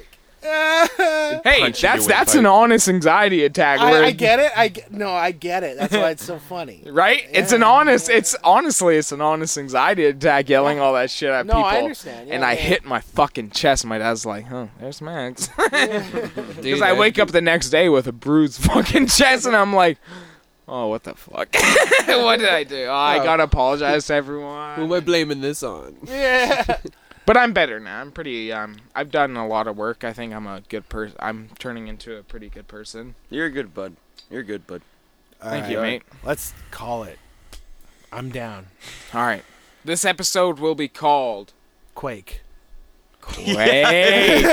hey, Punch you that's in that's fight. an honest anxiety attack. I, Where I get it. I get, no, I get it. That's why it's so funny. Right? It's an honest. It's honestly, it's an honest anxiety attack, yelling all that shit at No, people. I understand, yeah, and I yeah. hit my fucking chest. My dad's like, "Huh, there's Max." dude, Because I that- wake up the next day with a bruised fucking chest, and I'm like, "Oh, what the fuck? what did I do? Oh, I Oh. gotta apologize to Who am I everyone." blaming this on? But I'm better now. I'm pretty. Um, I've done a lot of work. I think I'm a good person. I'm turning into a pretty good person. You're a good bud. You're a good bud. Thank you, mate. Let's call it. I'm down. All right. This episode will be called. Quake. Wait.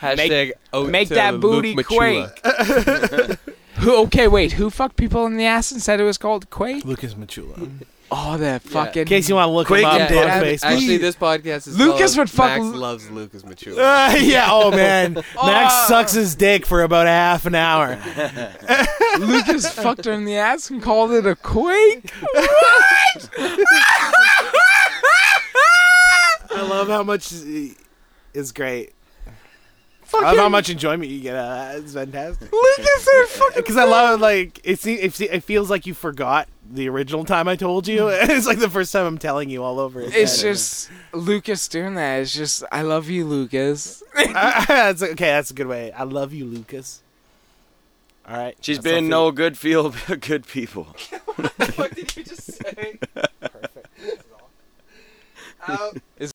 Hashtag uh, out make to that Luke booty Machula. quake. who? Okay, wait. Who fucked people in the ass and said it was called quake? Lucas Machula. Oh, that fucking. In case you want to look Quake, him up yeah, on and Facebook. Actually, this podcast is Lucas called would fuck Max Lu- Ah! loves Lucas Mature. Uh, yeah. Oh man, Max sucks his dick for about a half an hour. Lucas fucked her in the ass and called it a quake. I love how much is great. I love Fucking how much enjoyment you get out of that. It's fantastic. Lucas are fucking. Because I love it, like it, se- it. se- It feels like you forgot the original time I told you. it's like the first time I'm telling you all over. Again. It's just Lucas doing that. It's just I love you, Lucas. It's like, okay. That's a good way. I love you, Lucas. All right. She's That's been something. no good feel about good people. Is